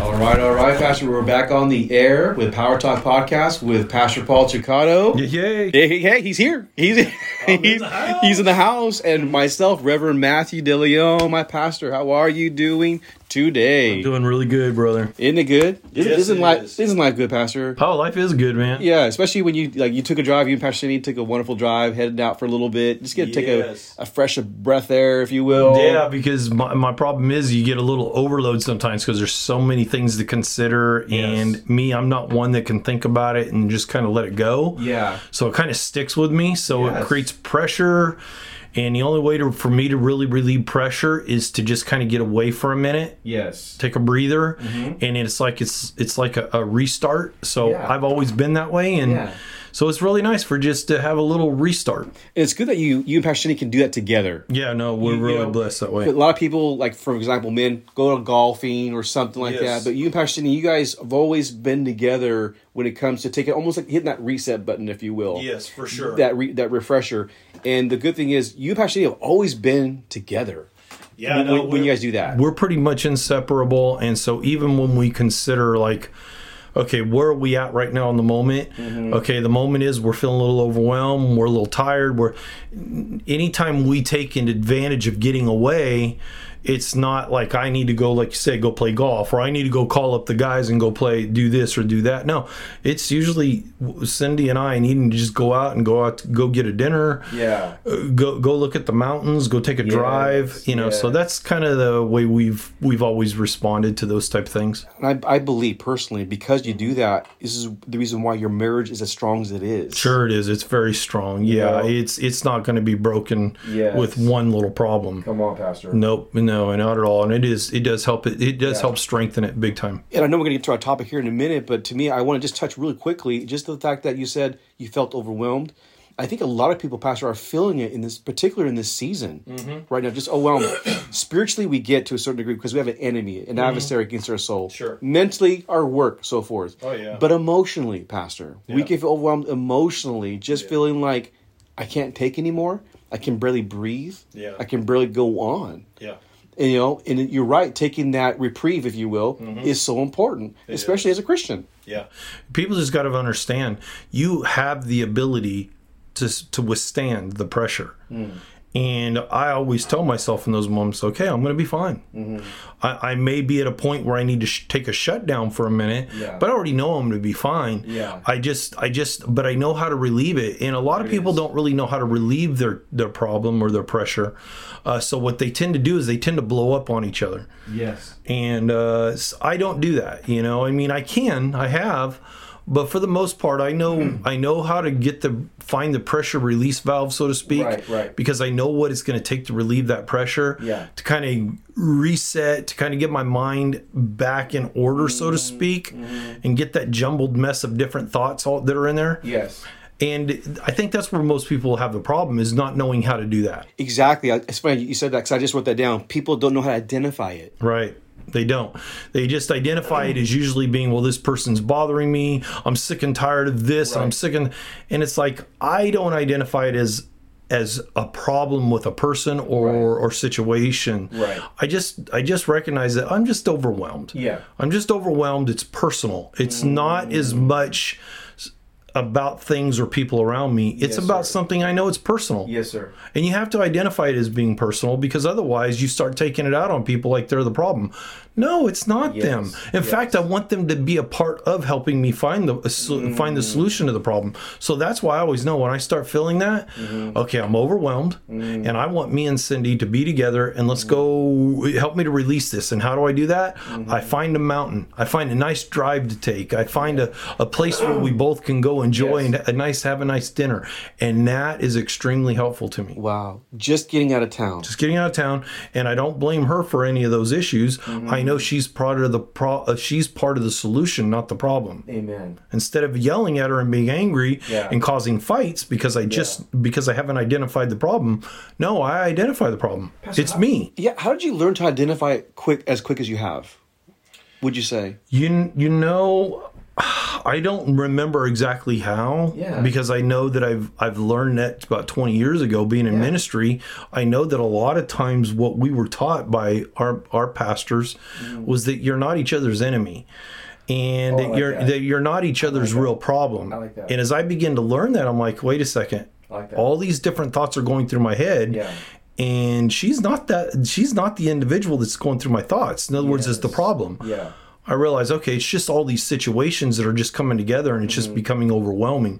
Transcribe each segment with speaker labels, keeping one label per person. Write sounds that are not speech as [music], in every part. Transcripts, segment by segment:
Speaker 1: All right, all right, Pastor. We're back on the air with Power Talk Podcast with Pastor Paul Chicato.
Speaker 2: Yay!
Speaker 1: Hey, hey, he's here. He's [laughs] he's,
Speaker 2: house.
Speaker 1: he's in the house, and myself, Reverend Matthew DeLeon, my pastor. How are you doing today?
Speaker 2: Doing really good, brother.
Speaker 1: Isn't it good? Isn't,
Speaker 2: Yes,
Speaker 1: isn't
Speaker 2: it
Speaker 1: life
Speaker 2: is.
Speaker 1: isn't life good, Pastor?
Speaker 2: Oh, life is good, man.
Speaker 1: Yeah, especially when you like you took a drive. You and Pastor Cindy took a wonderful drive, headed out for a little bit. Just get to
Speaker 2: Yes.
Speaker 1: take a, a fresh breath there, if you will.
Speaker 2: Yeah, because my, my problem is you get a little overload sometimes because there's so many things to consider, and me, I'm not one that can think about it and just kind of let it go.
Speaker 1: yeah.
Speaker 2: So it kind of sticks with me. So
Speaker 1: Yes.
Speaker 2: it creates pressure, and the only way to for me to really relieve pressure is to just kind of get away for a minute,
Speaker 1: Yes.
Speaker 2: take a breather, and it's like it's it's like a, a restart. So
Speaker 1: Mm-hmm. Yeah.
Speaker 2: I've always been that way, and
Speaker 1: Yeah.
Speaker 2: so it's really nice for just to have a little restart.
Speaker 1: It's good that you you and Pastor Cindy can do that together.
Speaker 2: Yeah, no, we're
Speaker 1: you
Speaker 2: really
Speaker 1: know,
Speaker 2: blessed that
Speaker 1: A
Speaker 2: way.
Speaker 1: lot of people, like for example, men go to golfing or something like
Speaker 2: Yes.
Speaker 1: that. But you and Pastor Cindy, you guys have always been together when it comes to taking almost like hitting that reset button, if you will.
Speaker 2: for sure.
Speaker 1: That re, that refresher. And the good thing is, you and Pastor Cindy have always been together.
Speaker 2: yeah,
Speaker 1: when, when you guys do that.
Speaker 2: we're pretty much inseparable, and so even when we consider like, okay, where are we at right now in the moment? Okay, the moment is we're feeling a little overwhelmed, we're a little tired. We're anytime we take an advantage of getting away. It's not like I need to go, like you said, go play golf, or I need to go call up the guys and go play, do this or do that. No, it's usually Cindy and I needing to just go out and go out, go get a dinner,
Speaker 1: Yeah.
Speaker 2: go go look at the mountains go take a drive you know so
Speaker 1: yes.
Speaker 2: that's kind of the way we've we've always responded to those type things
Speaker 1: And I, I believe personally, because you do that, this is the reason why your marriage is as strong as it is.
Speaker 2: sure it is it's very strong yeah
Speaker 1: know?
Speaker 2: it's it's not going to be broken
Speaker 1: Yes.
Speaker 2: with one little problem
Speaker 1: Come on, Pastor.
Speaker 2: nope no not at all and it is it does help it, it does help strengthen it big time
Speaker 1: And I know we're going to get to our topic here in a minute, but to me, I want to just touch really quickly just the fact that you said you felt overwhelmed. I think a lot of people, Pastor, are feeling it in this, particular in this season
Speaker 2: Mm-hmm.
Speaker 1: right now, just overwhelmed. [clears throat] Spiritually, we get to a certain degree because we have an enemy, an adversary against our soul.
Speaker 2: Mm-hmm. Sure.
Speaker 1: Mentally, our work, so forth.
Speaker 2: Oh, yeah.
Speaker 1: But emotionally, Pastor, we
Speaker 2: Yeah.
Speaker 1: get overwhelmed emotionally, just feeling like I can't take anymore. I can barely breathe.
Speaker 2: Yeah.
Speaker 1: I can barely go on
Speaker 2: yeah
Speaker 1: you know and you're right taking that reprieve if you will Mm-hmm. is so important especially as a christian
Speaker 2: yeah people just got to understand you have the ability to s- to withstand the pressure
Speaker 1: Mm.
Speaker 2: and i always tell myself in those moments okay i'm going to be fine
Speaker 1: Mm-hmm.
Speaker 2: I, I may be at a point where i need to sh- take a shutdown for a minute
Speaker 1: Yeah.
Speaker 2: but i already know i'm going to be fine
Speaker 1: Yeah.
Speaker 2: i just i just but i know how to relieve it and a lot of people don't really know how to relieve their their problem or their pressure uh, so what they tend to do is they tend to blow up on each other
Speaker 1: yes
Speaker 2: and uh, s- I don't do that. You know, I mean, I can, I have, but for the most part, I
Speaker 1: Hmm.
Speaker 2: know, I know how to get the find the pressure release valve, so to speak,
Speaker 1: Right, right.
Speaker 2: because I know what it's going to take to relieve that pressure,
Speaker 1: Yeah.
Speaker 2: to kind of reset, to kind of get my mind back in order, so to speak, and get that jumbled mess of different thoughts all, that are in there.
Speaker 1: yes
Speaker 2: And I think that's where most people have the problem is not knowing how to do that.
Speaker 1: exactly I- it's funny you said that because i just wrote that down people don't know how to identify it
Speaker 2: Right. They don't. They just identify it as usually being, well, this person's bothering me. I'm sick and tired of this. I'm
Speaker 1: Right.
Speaker 2: sick and and it's like I don't identify it as as a problem with a person or
Speaker 1: Right.
Speaker 2: or situation.
Speaker 1: Right.
Speaker 2: I just I just recognize that I'm just overwhelmed.
Speaker 1: Yeah. Mm.
Speaker 2: I'm just overwhelmed. It's personal. It's not as much s- about things or people around me. It's
Speaker 1: Yes,
Speaker 2: about
Speaker 1: sir.
Speaker 2: something I know it's personal.
Speaker 1: sir
Speaker 2: And you have to identify it as being personal because otherwise you start taking it out on people like they're the problem. No, it's not them. In fact, I want them to be a part of helping me find the a sol- find the solution to the problem. So that's why I always know when I start feeling that, okay, I'm overwhelmed and I want me and Cindy to be together and let's go help me to release this. And how do I do that? I find a mountain. I find a nice drive to take. I find a, a place where we both can go enjoy
Speaker 1: Yes.
Speaker 2: and a nice have a nice dinner. And that is extremely helpful to me
Speaker 1: wow just getting out of town
Speaker 2: just getting out of town and i don't blame her for any of those issues i know she's part of the pro- uh, she's part of the solution not the problem
Speaker 1: amen
Speaker 2: instead of yelling at her and being angry
Speaker 1: Yeah.
Speaker 2: and causing fights because i just because i haven't identified the problem no i identify the problem it's me
Speaker 1: yeah how did you learn to identify it quick as quick as you have would you say
Speaker 2: you you know I don't remember exactly how,
Speaker 3: Yeah.
Speaker 2: because I know that I've I've learned that about 20 years ago being in ministry. I know that a lot of times what we were taught by our our pastors was that you're not each other's enemy, and
Speaker 3: Mm. Oh, I
Speaker 2: that
Speaker 3: like
Speaker 2: you're
Speaker 3: that.
Speaker 2: that. you're not each other's real problem.
Speaker 3: I like that.
Speaker 2: And as I begin to learn that, I'm like, wait a second,
Speaker 3: I like that.
Speaker 2: all these different thoughts are going through my head,
Speaker 3: Yeah.
Speaker 2: and she's not that she's not the individual that's going through my thoughts. In other words, it's the
Speaker 3: Yes.
Speaker 2: problem.
Speaker 3: Yeah.
Speaker 2: I realize, okay, it's just all these situations that are just coming together and it's just becoming overwhelming.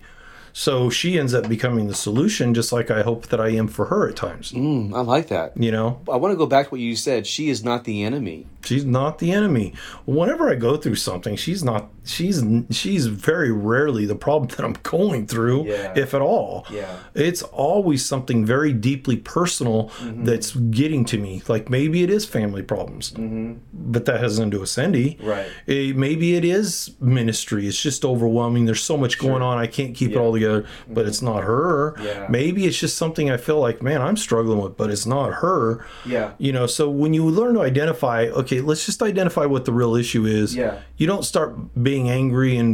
Speaker 2: So she ends up becoming the solution, just like I hope that I am for her at times.
Speaker 1: Mm, I like that.
Speaker 2: You know,
Speaker 1: I want to go back to what you said. She is not the enemy.
Speaker 2: she's not the enemy. Whenever I go through something, she's not. She's she's very rarely the problem [laughs] that I'm going through,
Speaker 3: Yeah.
Speaker 2: if at all.
Speaker 3: Yeah.
Speaker 2: It's always something very deeply personal
Speaker 3: Mm-hmm.
Speaker 2: that's getting to me. Like maybe it is family problems, but that has nothing to do with Cindy.
Speaker 3: Mm-hmm. Right.
Speaker 2: Eh, maybe it is ministry. It's just overwhelming. There's so much going on. I can't keep it all together, but it's not her.
Speaker 3: Mm-hmm. Yeah.
Speaker 2: Maybe it's just something I feel like, man, I'm struggling with, but it's not her.
Speaker 3: Yeah.
Speaker 2: You know, so when you learn to identify, okay, let's just identify what the real issue is.
Speaker 3: Yeah.
Speaker 2: You don't start being angry and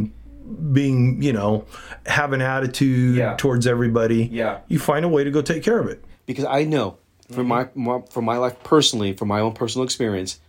Speaker 2: being, you know, have an attitude
Speaker 3: Yeah.
Speaker 2: towards everybody.
Speaker 3: Yeah.
Speaker 2: You find a way to go take care of it.
Speaker 1: because I know from my,
Speaker 2: Mm-hmm.
Speaker 1: my from my life personally, from my own personal experience,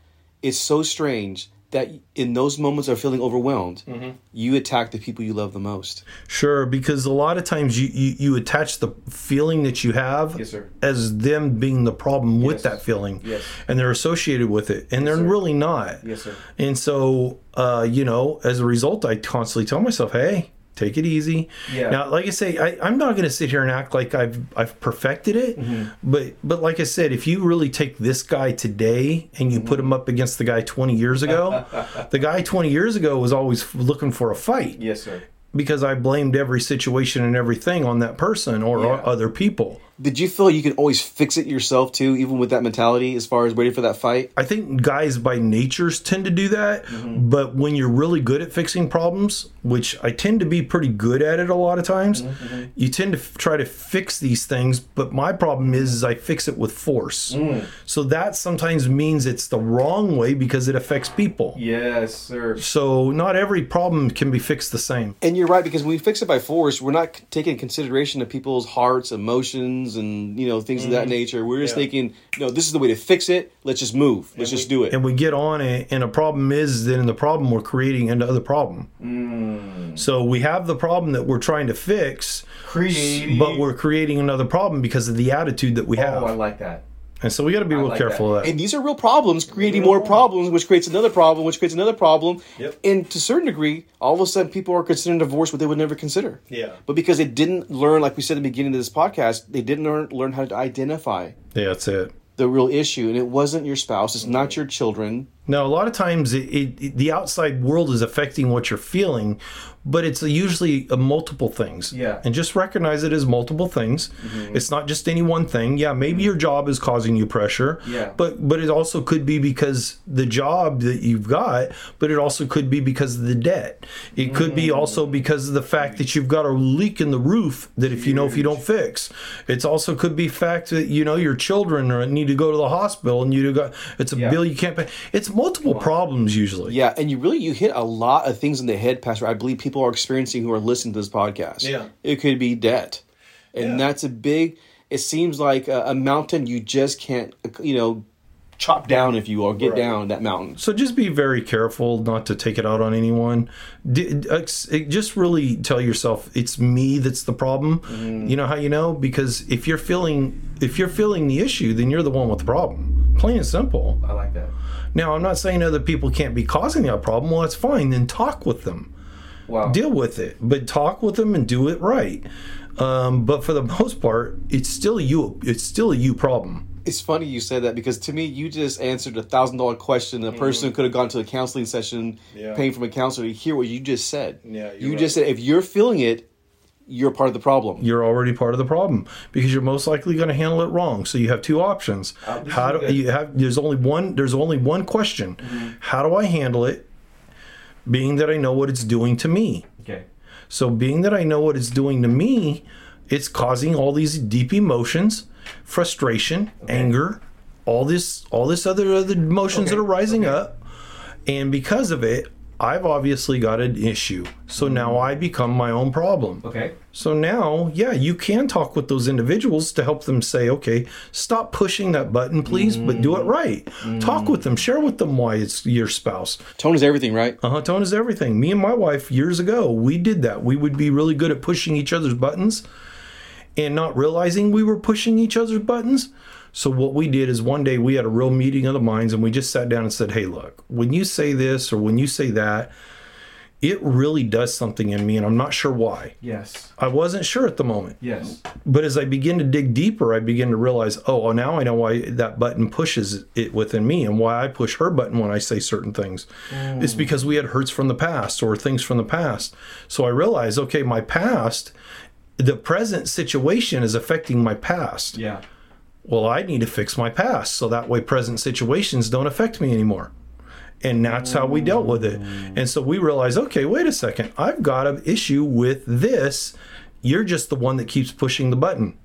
Speaker 1: it's so strange that in those moments of feeling overwhelmed,
Speaker 2: Mm-hmm.
Speaker 1: you attack the people you love the most.
Speaker 2: Sure, because a lot of times you, you, you attach the feeling that you have
Speaker 3: Yes, sir.
Speaker 2: as them being the problem with
Speaker 3: Yes.
Speaker 2: that feeling.
Speaker 3: Yes.
Speaker 2: And they're associated with it. And they're really not.
Speaker 3: Yes, sir.
Speaker 2: And so, uh, you know, as a result, I constantly tell myself, hey, take it easy.
Speaker 3: Yeah.
Speaker 2: Now, like I say, I, I'm not going to sit here and act like I've I've perfected it.
Speaker 3: Mm-hmm.
Speaker 2: But but like I said, if you really take this guy today and you
Speaker 3: Mm-hmm.
Speaker 2: put him up against the guy 20 years ago,
Speaker 3: [laughs]
Speaker 2: the guy 20 years ago was always f- looking for a fight
Speaker 3: Yes, sir.
Speaker 2: because I blamed every situation and everything on that person or
Speaker 3: Yeah.
Speaker 2: other people.
Speaker 1: Did you feel you can always fix it yourself too, even with that mentality as far as waiting for that fight?
Speaker 2: I think guys by natures tend to do that, but when you're really good at fixing problems, which I tend to be pretty good at it a lot of times, you tend to f- try to fix these things, but my problem is, is I fix it with force. So that sometimes means it's the wrong way because it affects people.
Speaker 3: Yes, sir.
Speaker 2: So not every problem can be fixed the same.
Speaker 1: And you're right because when we fix it by force, we're not taking consideration of people's hearts, emotions, and you know things of
Speaker 2: Mm-hmm.
Speaker 1: that nature. We're just
Speaker 3: Yeah.
Speaker 1: thinking, no, this is the way to fix it. Let's just move. Let's just do it.
Speaker 2: and we get on it and a problem is then the problem we're creating another problem
Speaker 3: Mm.
Speaker 2: so we have the problem that we're trying to fix
Speaker 3: Create.
Speaker 2: but we're creating another problem because of the attitude that we have
Speaker 3: Oh, I like that.
Speaker 2: and so we got to be real
Speaker 3: like
Speaker 2: careful
Speaker 3: that.
Speaker 2: of that
Speaker 1: and these are real problems creating more problems which creates another problem which creates another problem
Speaker 2: Yep.
Speaker 1: and to a certain degree all of a sudden people are considering divorce what they would never consider
Speaker 2: Yeah.
Speaker 1: but because they didn't learn like we said at the beginning of this podcast they didn't learn, learn how to identify
Speaker 2: yeah that's it
Speaker 1: the real issue and it wasn't your spouse it's not your children
Speaker 2: now a lot of times it, it, it- the outside world is affecting what you're feeling but it's usually a multiple things
Speaker 3: Yeah. Mm-hmm.
Speaker 2: and just recognize it as multiple things it's not just any one thing yeah maybe your job is causing you pressure
Speaker 3: Yeah.
Speaker 2: but but it also could be because the job that you've got but it also could be because of the debt it could be also because of the fact that you've got a leak in the roof that if you know if you don't fix it's also could be fact that you know your children are, need to go to the hospital and you got it's a bill you can't pay it's multiple problems usually
Speaker 1: yeah and you really you hit a lot of things in the head pastor i believe people are experiencing who are listening to this podcast
Speaker 2: Yeah.
Speaker 1: it could be debt and that's a big it seems like a, a mountain you just can't you know chop down if you will or get down that mountain
Speaker 2: So just be very careful not to take it out on anyone. D- uh, ex- just really tell yourself it's me that's the problem.
Speaker 3: Mm-hmm.
Speaker 2: You know how you know because if you're feeling if you're feeling the issue, then you're the one with the problem. Plain and simple.
Speaker 3: I like that.
Speaker 2: Now I'm not saying other people can't be causing that problem. Well, that's fine. Then talk with them,
Speaker 3: Wow.
Speaker 2: deal with it, but talk with them and do it right. Um, but for the [laughs] most part, it's still you. It's still a you problem.
Speaker 1: It's funny you said that because to me, you just answered a thousand dollar question. A person could have gone to a counseling session,
Speaker 3: Mm-hmm. Yeah.
Speaker 1: paying from a counselor to hear what you just said.
Speaker 3: Yeah,
Speaker 1: you
Speaker 3: you're
Speaker 1: just said if you're feeling it, you're part of the problem.
Speaker 2: you're already part of the problem because you're most likely going to handle it wrong. So you have two options.
Speaker 3: Uh, this
Speaker 2: How
Speaker 3: is
Speaker 2: do
Speaker 3: good. Mm-hmm.
Speaker 2: you have? There's only one. There's only one question. How do I handle it? Being that I know what it's doing to me.
Speaker 3: Okay.
Speaker 2: So being that I know what it's doing to me, it's causing all these deep emotions, frustration, anger, all this all this other other emotions
Speaker 3: Okay,
Speaker 2: that are rising up. And because of it, I've obviously got an issue.
Speaker 3: Mm-hmm.
Speaker 2: So now I become my own problem.
Speaker 3: Okay.
Speaker 2: So now, yeah, you can talk with those individuals to help them say, okay, stop pushing that button, please, but do it right. Talk with them, share with them why it's your spouse.
Speaker 1: Tone is everything, right?
Speaker 2: Uh huh. Tone is everything. Me and my wife years ago, we did that. We would be really good at pushing each other's buttons and not realizing we were pushing each other's buttons. So, what we did is one day we had a real meeting of the minds and we just sat down and said, Hey, look, when you say this or when you say that, it really does something in me and I'm not sure why.
Speaker 3: Yes.
Speaker 2: I wasn't sure at the moment.
Speaker 3: Yes.
Speaker 2: But as I begin to dig deeper, I begin to realize, oh, well, now I know why that button pushes it within me and why I push her button when I say certain things. It's because we had hurts from the past or things from the past. So I realize, okay, my past, the present situation is affecting my past.
Speaker 3: Yeah.
Speaker 2: Well, I need to fix my past so that way present situations don't affect me anymore. And that's how we dealt with it. And so we realized, okay, wait a second, I've got an issue with this. You're just the one that keeps pushing the button.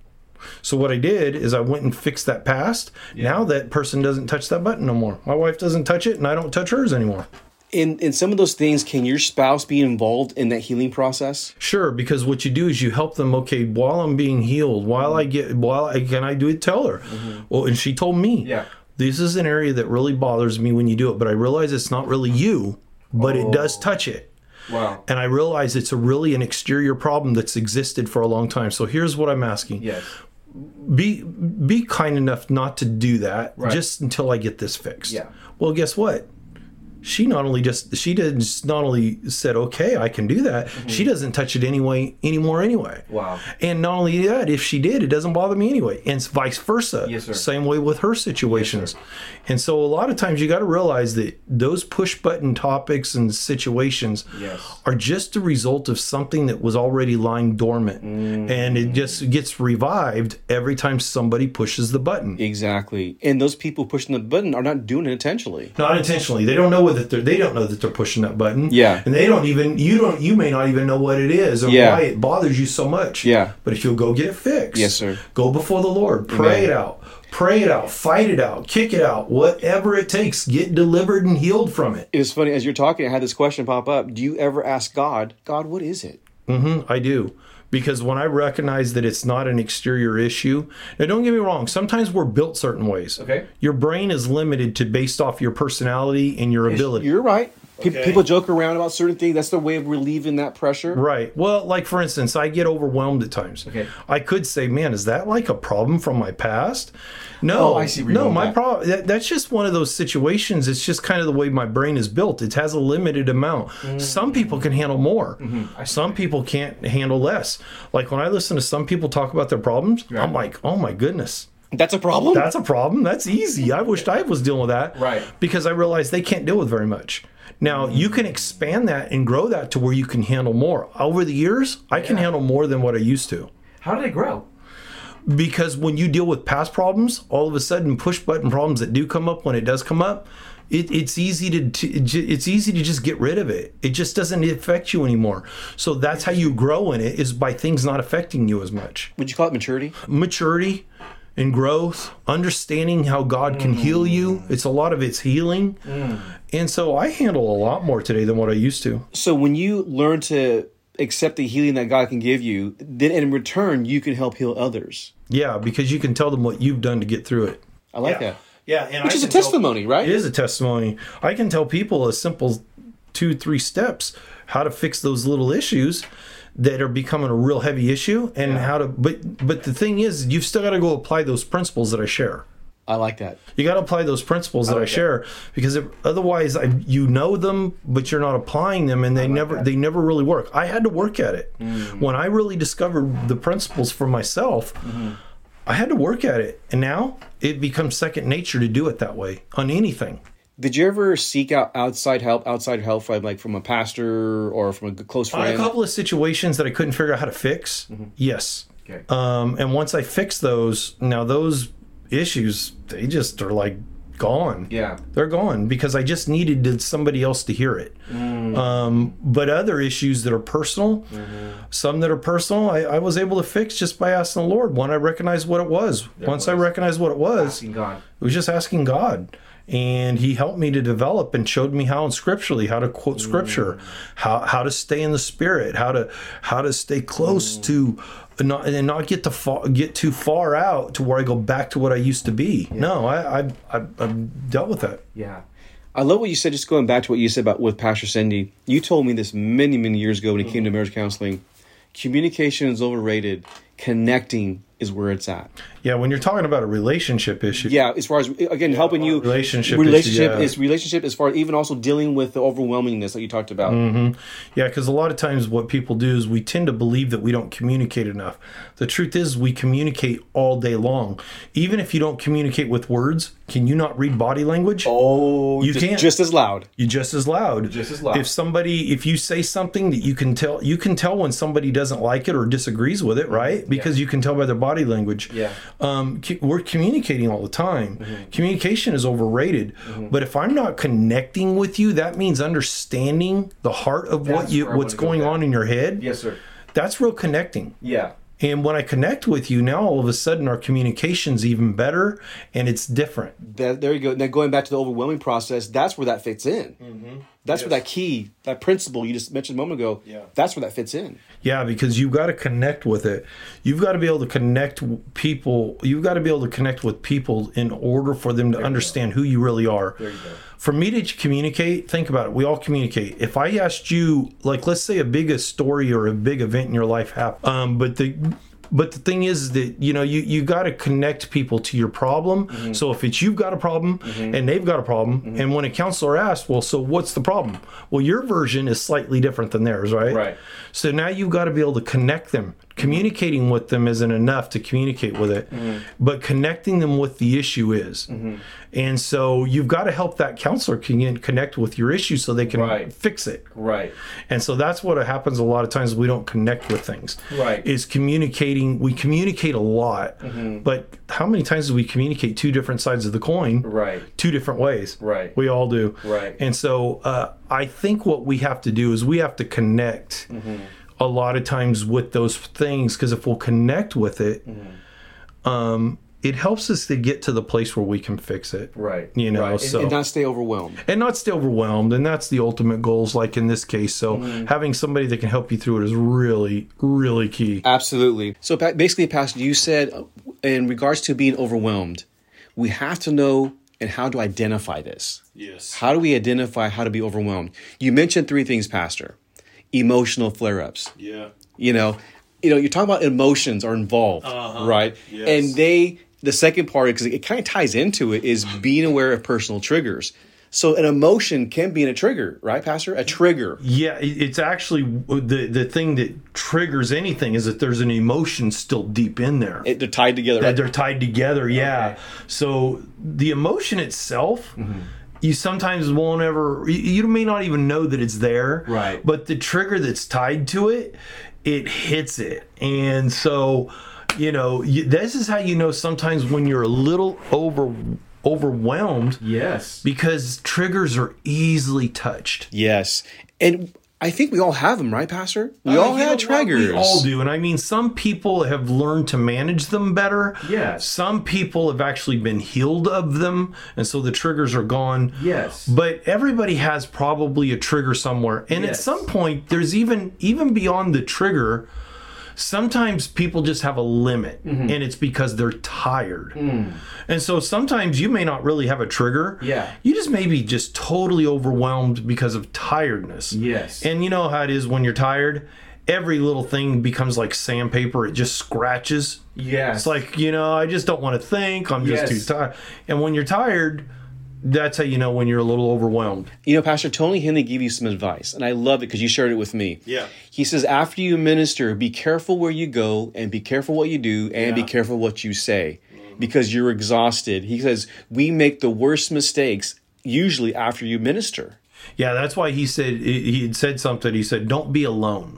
Speaker 2: So what I did is I went and fixed that past. Now that person doesn't touch that button no more. My wife doesn't touch it and I don't touch hers anymore.
Speaker 1: In in some of those things, can your spouse be involved in that healing process?
Speaker 2: Sure, because what you do is you help them. Okay, while I'm being healed, while I get, while I can I do it? Tell her. Well, and she told me.
Speaker 3: Yeah.
Speaker 2: This is an area that really bothers me when you do it, but I realize it's not really you, but it does touch it.
Speaker 3: Wow.
Speaker 2: And I realize it's a really an exterior problem that's existed for a long time. So here's what I'm asking.
Speaker 3: Yes.
Speaker 2: Be be kind enough not to do that
Speaker 3: Right.
Speaker 2: just until I get this fixed.
Speaker 3: Yeah.
Speaker 2: Well, guess what? She not only just she did just not only said okay I can do that
Speaker 3: Mm-hmm.
Speaker 2: she doesn't touch it anyway anymore anyway
Speaker 3: Wow.
Speaker 2: and not only that, if she did, it doesn't bother me anyway. And it's vice versa.
Speaker 3: Yes, sir.
Speaker 2: Same way with her situations. and so a lot of times you got to realize that those push button topics and situations
Speaker 3: Yes.
Speaker 2: are just a result of something that was already lying dormant.
Speaker 3: Mm.
Speaker 2: And it just gets revived every time somebody pushes the button.
Speaker 1: Exactly. And those people pushing the button are not doing it intentionally.
Speaker 2: not intentionally. They don't know that they're they don't know that they're pushing that button.
Speaker 1: Yeah.
Speaker 2: and they don't even you don't you may not even know what it is or
Speaker 1: Yeah.
Speaker 2: why it bothers you so much.
Speaker 1: Yeah.
Speaker 2: but if you'll go get it fixed,
Speaker 1: Yes, sir.
Speaker 2: Go before the Lord, pray it out, pray it out, fight it out, kick it out, whatever it takes. Get delivered and healed from it.
Speaker 1: It was funny as you're talking. I had this question pop up. Do you ever ask God, God, what is it?
Speaker 2: Mm, I do. Because when I recognize that it's not an exterior issue, now don't get me wrong, sometimes we're built certain ways.
Speaker 3: Okay.
Speaker 2: Your brain is limited to based off your personality and your ability.
Speaker 1: You're right. Pe-
Speaker 2: Okay.
Speaker 1: People joke around about certain things. That's their way of relieving that pressure.
Speaker 2: Right. Well, like for instance, I get overwhelmed at times.
Speaker 3: Okay.
Speaker 2: I could say, "Man, is that like a problem from my past?" No,
Speaker 3: Oh, I see where you're
Speaker 2: no,
Speaker 3: going
Speaker 2: my
Speaker 3: back.
Speaker 2: problem. That, that's just one of those situations. It's just kind of the way my brain is built. It has a limited amount.
Speaker 3: Mm.
Speaker 2: Some people can handle more.
Speaker 3: Mm-hmm.
Speaker 2: Some people can't handle less. Like when I listen to some people talk about their problems, I'm like, "Oh my goodness."
Speaker 1: That's a problem.
Speaker 2: That's a problem. That's easy. I wished I was dealing with that.
Speaker 3: Right.
Speaker 2: Because I realized they can't deal with very much. Now you can expand that and grow that to where you can handle more. Over the years, I can handle more than what I used to.
Speaker 3: How did it grow?
Speaker 2: Because when you deal with past problems, all of a sudden push button problems that do come up when it does come up, it, it's easy to to- ju- it's easy to just get rid of it. It just doesn't affect you anymore. So that's how you grow in it is by things not affecting you as much
Speaker 1: Would you call it maturity?
Speaker 2: maturity and growth, understanding how God can heal you. It's a lot of it's healing. And so I handle a lot more today than what I used to.
Speaker 1: So when you learn to accept the healing that God can give you, then in return you can help heal others.
Speaker 2: Yeah, because you can tell them what you've done to get through it.
Speaker 1: I like that.
Speaker 2: Yeah, and
Speaker 1: Which is a testimony, right?
Speaker 2: it is a testimony. I can tell people a simple two, three steps how to fix those little issues that are becoming a real heavy issue and how to but but the thing is you've still got to go apply those principles that I share.
Speaker 1: I like that.
Speaker 2: You got to apply those principles
Speaker 3: Oh,
Speaker 2: that I share because if, otherwise, I, you know them, but you're not applying them, and they never they never really work. I had to work at it
Speaker 3: Mm.
Speaker 2: when I really discovered the principles for myself.
Speaker 3: Mm-hmm.
Speaker 2: I had to work at it, and now it becomes second nature to do it that way on anything.
Speaker 1: Did you ever seek out outside help, outside help from like from a pastor or from a g- close
Speaker 2: On a
Speaker 1: friend?
Speaker 2: couple of situations that I couldn't figure out how to fix, yes.
Speaker 3: Mm-hmm. Okay.
Speaker 2: Um, and once I fix those, now those issues they just are like gone.
Speaker 3: yeah.
Speaker 2: they're gone because I just needed to- somebody else to hear it. Um, but other issues that are personal, some that are personal, I, I was able to fix just by asking the Lord. One, I recognized what it was. Once I recognized what it was,
Speaker 3: Asking God.
Speaker 2: It was just asking God. And he helped me to develop and showed me how in scripturally how to quote scripture, how how to stay in the spirit, how to how to stay close to not and not get to fa- get too far out to where I go back to what I used to be. No, I I I I've dealt with that.
Speaker 3: Yeah.
Speaker 1: I love what you said. Just going back to what you said about with Pastor Cindy, you told me this many, many years ago when it
Speaker 2: Mm-hmm.
Speaker 1: came to marriage counseling. Communication is overrated. Connecting is where it's at.
Speaker 2: Yeah, when you're talking about a relationship issue,
Speaker 1: Yeah, as far as again helping you
Speaker 2: relationship issue,
Speaker 1: relationship
Speaker 2: yeah.
Speaker 1: is relationship as far as even also dealing with the overwhelmingness that you talked about.
Speaker 2: Mm. Yeah, because a lot of times what people do is we tend to believe that we don't communicate enough. The truth is, we communicate all day long. Even if you don't communicate with words, can you not read body language?
Speaker 1: Oh,
Speaker 2: You
Speaker 1: just,
Speaker 2: can't.
Speaker 1: just as loud.
Speaker 2: You're just as loud.
Speaker 3: Just as loud.
Speaker 2: If somebody, if you say something that you can tell, you can tell when somebody doesn't like it or disagrees with it, right? Because you can tell by their body language.
Speaker 3: Yeah. Mm-hmm.
Speaker 2: Um, c- we're communicating all the time. Communication is overrated. But if I'm not connecting with you, that means understanding the heart of what
Speaker 3: That's
Speaker 2: you
Speaker 3: where I
Speaker 2: what's
Speaker 3: wanna go
Speaker 2: going
Speaker 3: with that.
Speaker 2: on in your head
Speaker 3: Yes, sir.
Speaker 2: that's real connecting.
Speaker 3: Yeah.
Speaker 2: And when I connect with you, now all of a sudden our communication's even better and it's different.
Speaker 1: That, there you go. Now going back to the overwhelming process, that's where that fits in. That's where that key, that principle you just mentioned a moment ago.
Speaker 3: Yeah.
Speaker 1: that's where that fits in.
Speaker 2: Yeah, because you've got to connect with it. You've got to be able to connect w- people. You've got to be able to connect with people in order for them to understand who you really are.
Speaker 3: you go.
Speaker 2: For me to communicate, think about it. We all communicate. If I asked you, like, let's say a big a story or a big event in your life happened, um, but the but the thing is that you know you you got to connect people to your problem.
Speaker 3: Mm-hmm.
Speaker 2: So if it's you've got a problem and they've got a problem, and when a counselor asks, well, so what's the problem? Well, your version is slightly different than theirs, right?
Speaker 3: Right.
Speaker 2: So now you've got to be able to connect them. Communicating with them isn't enough to communicate with it,
Speaker 3: Mm-hmm.
Speaker 2: but connecting them with the issue is. And so you've got to help that counselor con- connect with your issue so they can
Speaker 3: Right.
Speaker 2: fix it.
Speaker 3: Right.
Speaker 2: And so that's what happens a lot of times. We don't connect with things.
Speaker 3: Right. Mm-hmm.
Speaker 2: Is communicating. We communicate a lot, but how many times do we communicate two different sides of the coin?
Speaker 3: Right.
Speaker 2: Two different ways.
Speaker 3: Right.
Speaker 2: We all do.
Speaker 3: Right.
Speaker 2: And so uh, I think what we have to do is we have to connect
Speaker 3: Mm-hmm.
Speaker 2: a lot of times with those things because if we'll connect with it, um,
Speaker 3: Mm-hmm.
Speaker 2: it helps us to get to the place where we can fix it.
Speaker 3: Right.
Speaker 2: You know.
Speaker 3: Right. And-
Speaker 2: So
Speaker 1: And not stay overwhelmed.
Speaker 2: and not stay overwhelmed and that's the ultimate goals like in this case so
Speaker 3: Mm-hmm.
Speaker 2: having somebody that can help you through it is really really key
Speaker 1: Absolutely. So pa- basically, Pastor, you said uh, in regards to being overwhelmed, we have to know and how to identify this.
Speaker 2: Yes.
Speaker 1: How do we identify how to be overwhelmed? You mentioned three things, Pastor: emotional flare-ups.
Speaker 2: yeah
Speaker 1: You know, you know, you're talking about emotions are involved, right?
Speaker 2: Uh-huh. Yes.
Speaker 1: And they, the second part, because it kind of ties into it, is being aware of personal triggers. So an emotion can be in a trigger, right, Pastor? A trigger.
Speaker 2: yeah it- it's actually the the thing that triggers anything is that there's an emotion still deep in there
Speaker 1: It, they're tied together.
Speaker 2: that
Speaker 1: Right?
Speaker 2: they're tied together yeah so the emotion itself You sometimes won't ever. You you may not even know that it's there,
Speaker 3: Right.
Speaker 2: But the trigger that's tied to it, it hits it, and so, you know, you, this is how you know sometimes when you're a little over overwhelmed
Speaker 3: Yes.
Speaker 2: because triggers are easily touched.
Speaker 1: Yes, and I think we all have them, right, Pastor? We all
Speaker 2: Uh, You
Speaker 1: had
Speaker 2: know what?
Speaker 1: triggers.
Speaker 2: We all do, and I mean, some people have learned to manage them better.
Speaker 3: Yes.
Speaker 2: Some people have actually been healed of them, and so the triggers are gone.
Speaker 3: Yes.
Speaker 2: But everybody has probably a trigger somewhere, and at
Speaker 3: Yes.
Speaker 2: some point, there's even even beyond the trigger. Sometimes people just have a limit,
Speaker 3: Mm-hmm.
Speaker 2: and it's because they're tired. And so sometimes you may not really have a trigger.
Speaker 3: Mm. Yeah.
Speaker 2: You just may be just totally overwhelmed because of tiredness.
Speaker 3: Yes.
Speaker 2: And you know how it is when you're tired, every little thing becomes like sandpaper. It just scratches.
Speaker 3: yes.
Speaker 2: It's like, you know, I just don't want to think. I'm just
Speaker 3: Yes.
Speaker 2: too tired. And when you're tired, that's how you know when you're a little overwhelmed.
Speaker 1: You know, Pastor Tony Henley gave you some advice, and I love it because you shared it with me.
Speaker 2: Yeah.
Speaker 1: He says, after you minister, be careful where you go, and be careful what you do, and be careful what you say, because you're exhausted. He says, we make the worst mistakes usually after you minister.
Speaker 2: Yeah, that's why he said he he had said something. He said, "Don't be alone."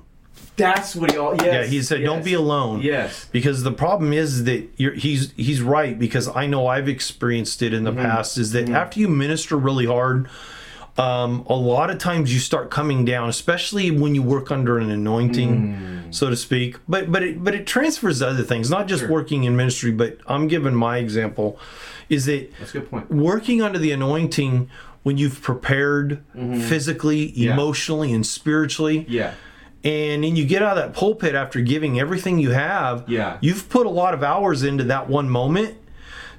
Speaker 3: that's what he all. Yes.
Speaker 2: Yeah, he said, "Don't
Speaker 3: yes.
Speaker 2: be alone."
Speaker 3: Yes.
Speaker 2: because the problem is that you're, he's he's
Speaker 3: Mm-hmm.
Speaker 2: right because I know I've experienced it in the past. Is that after you minister really hard, um, a lot of times you start coming down, especially when you work under an anointing,
Speaker 3: Mm.
Speaker 2: so to speak. But but it, but it transfers to other things, not just working in ministry. But I'm giving my example, is that
Speaker 3: That's a good point.
Speaker 2: working under the anointing when you've prepared
Speaker 3: Mm-hmm.
Speaker 2: physically, emotionally, and spiritually.
Speaker 3: Yeah.
Speaker 2: And then you get out of that pulpit after giving everything you have.
Speaker 3: Yeah.
Speaker 2: You've put a lot of hours into that one moment.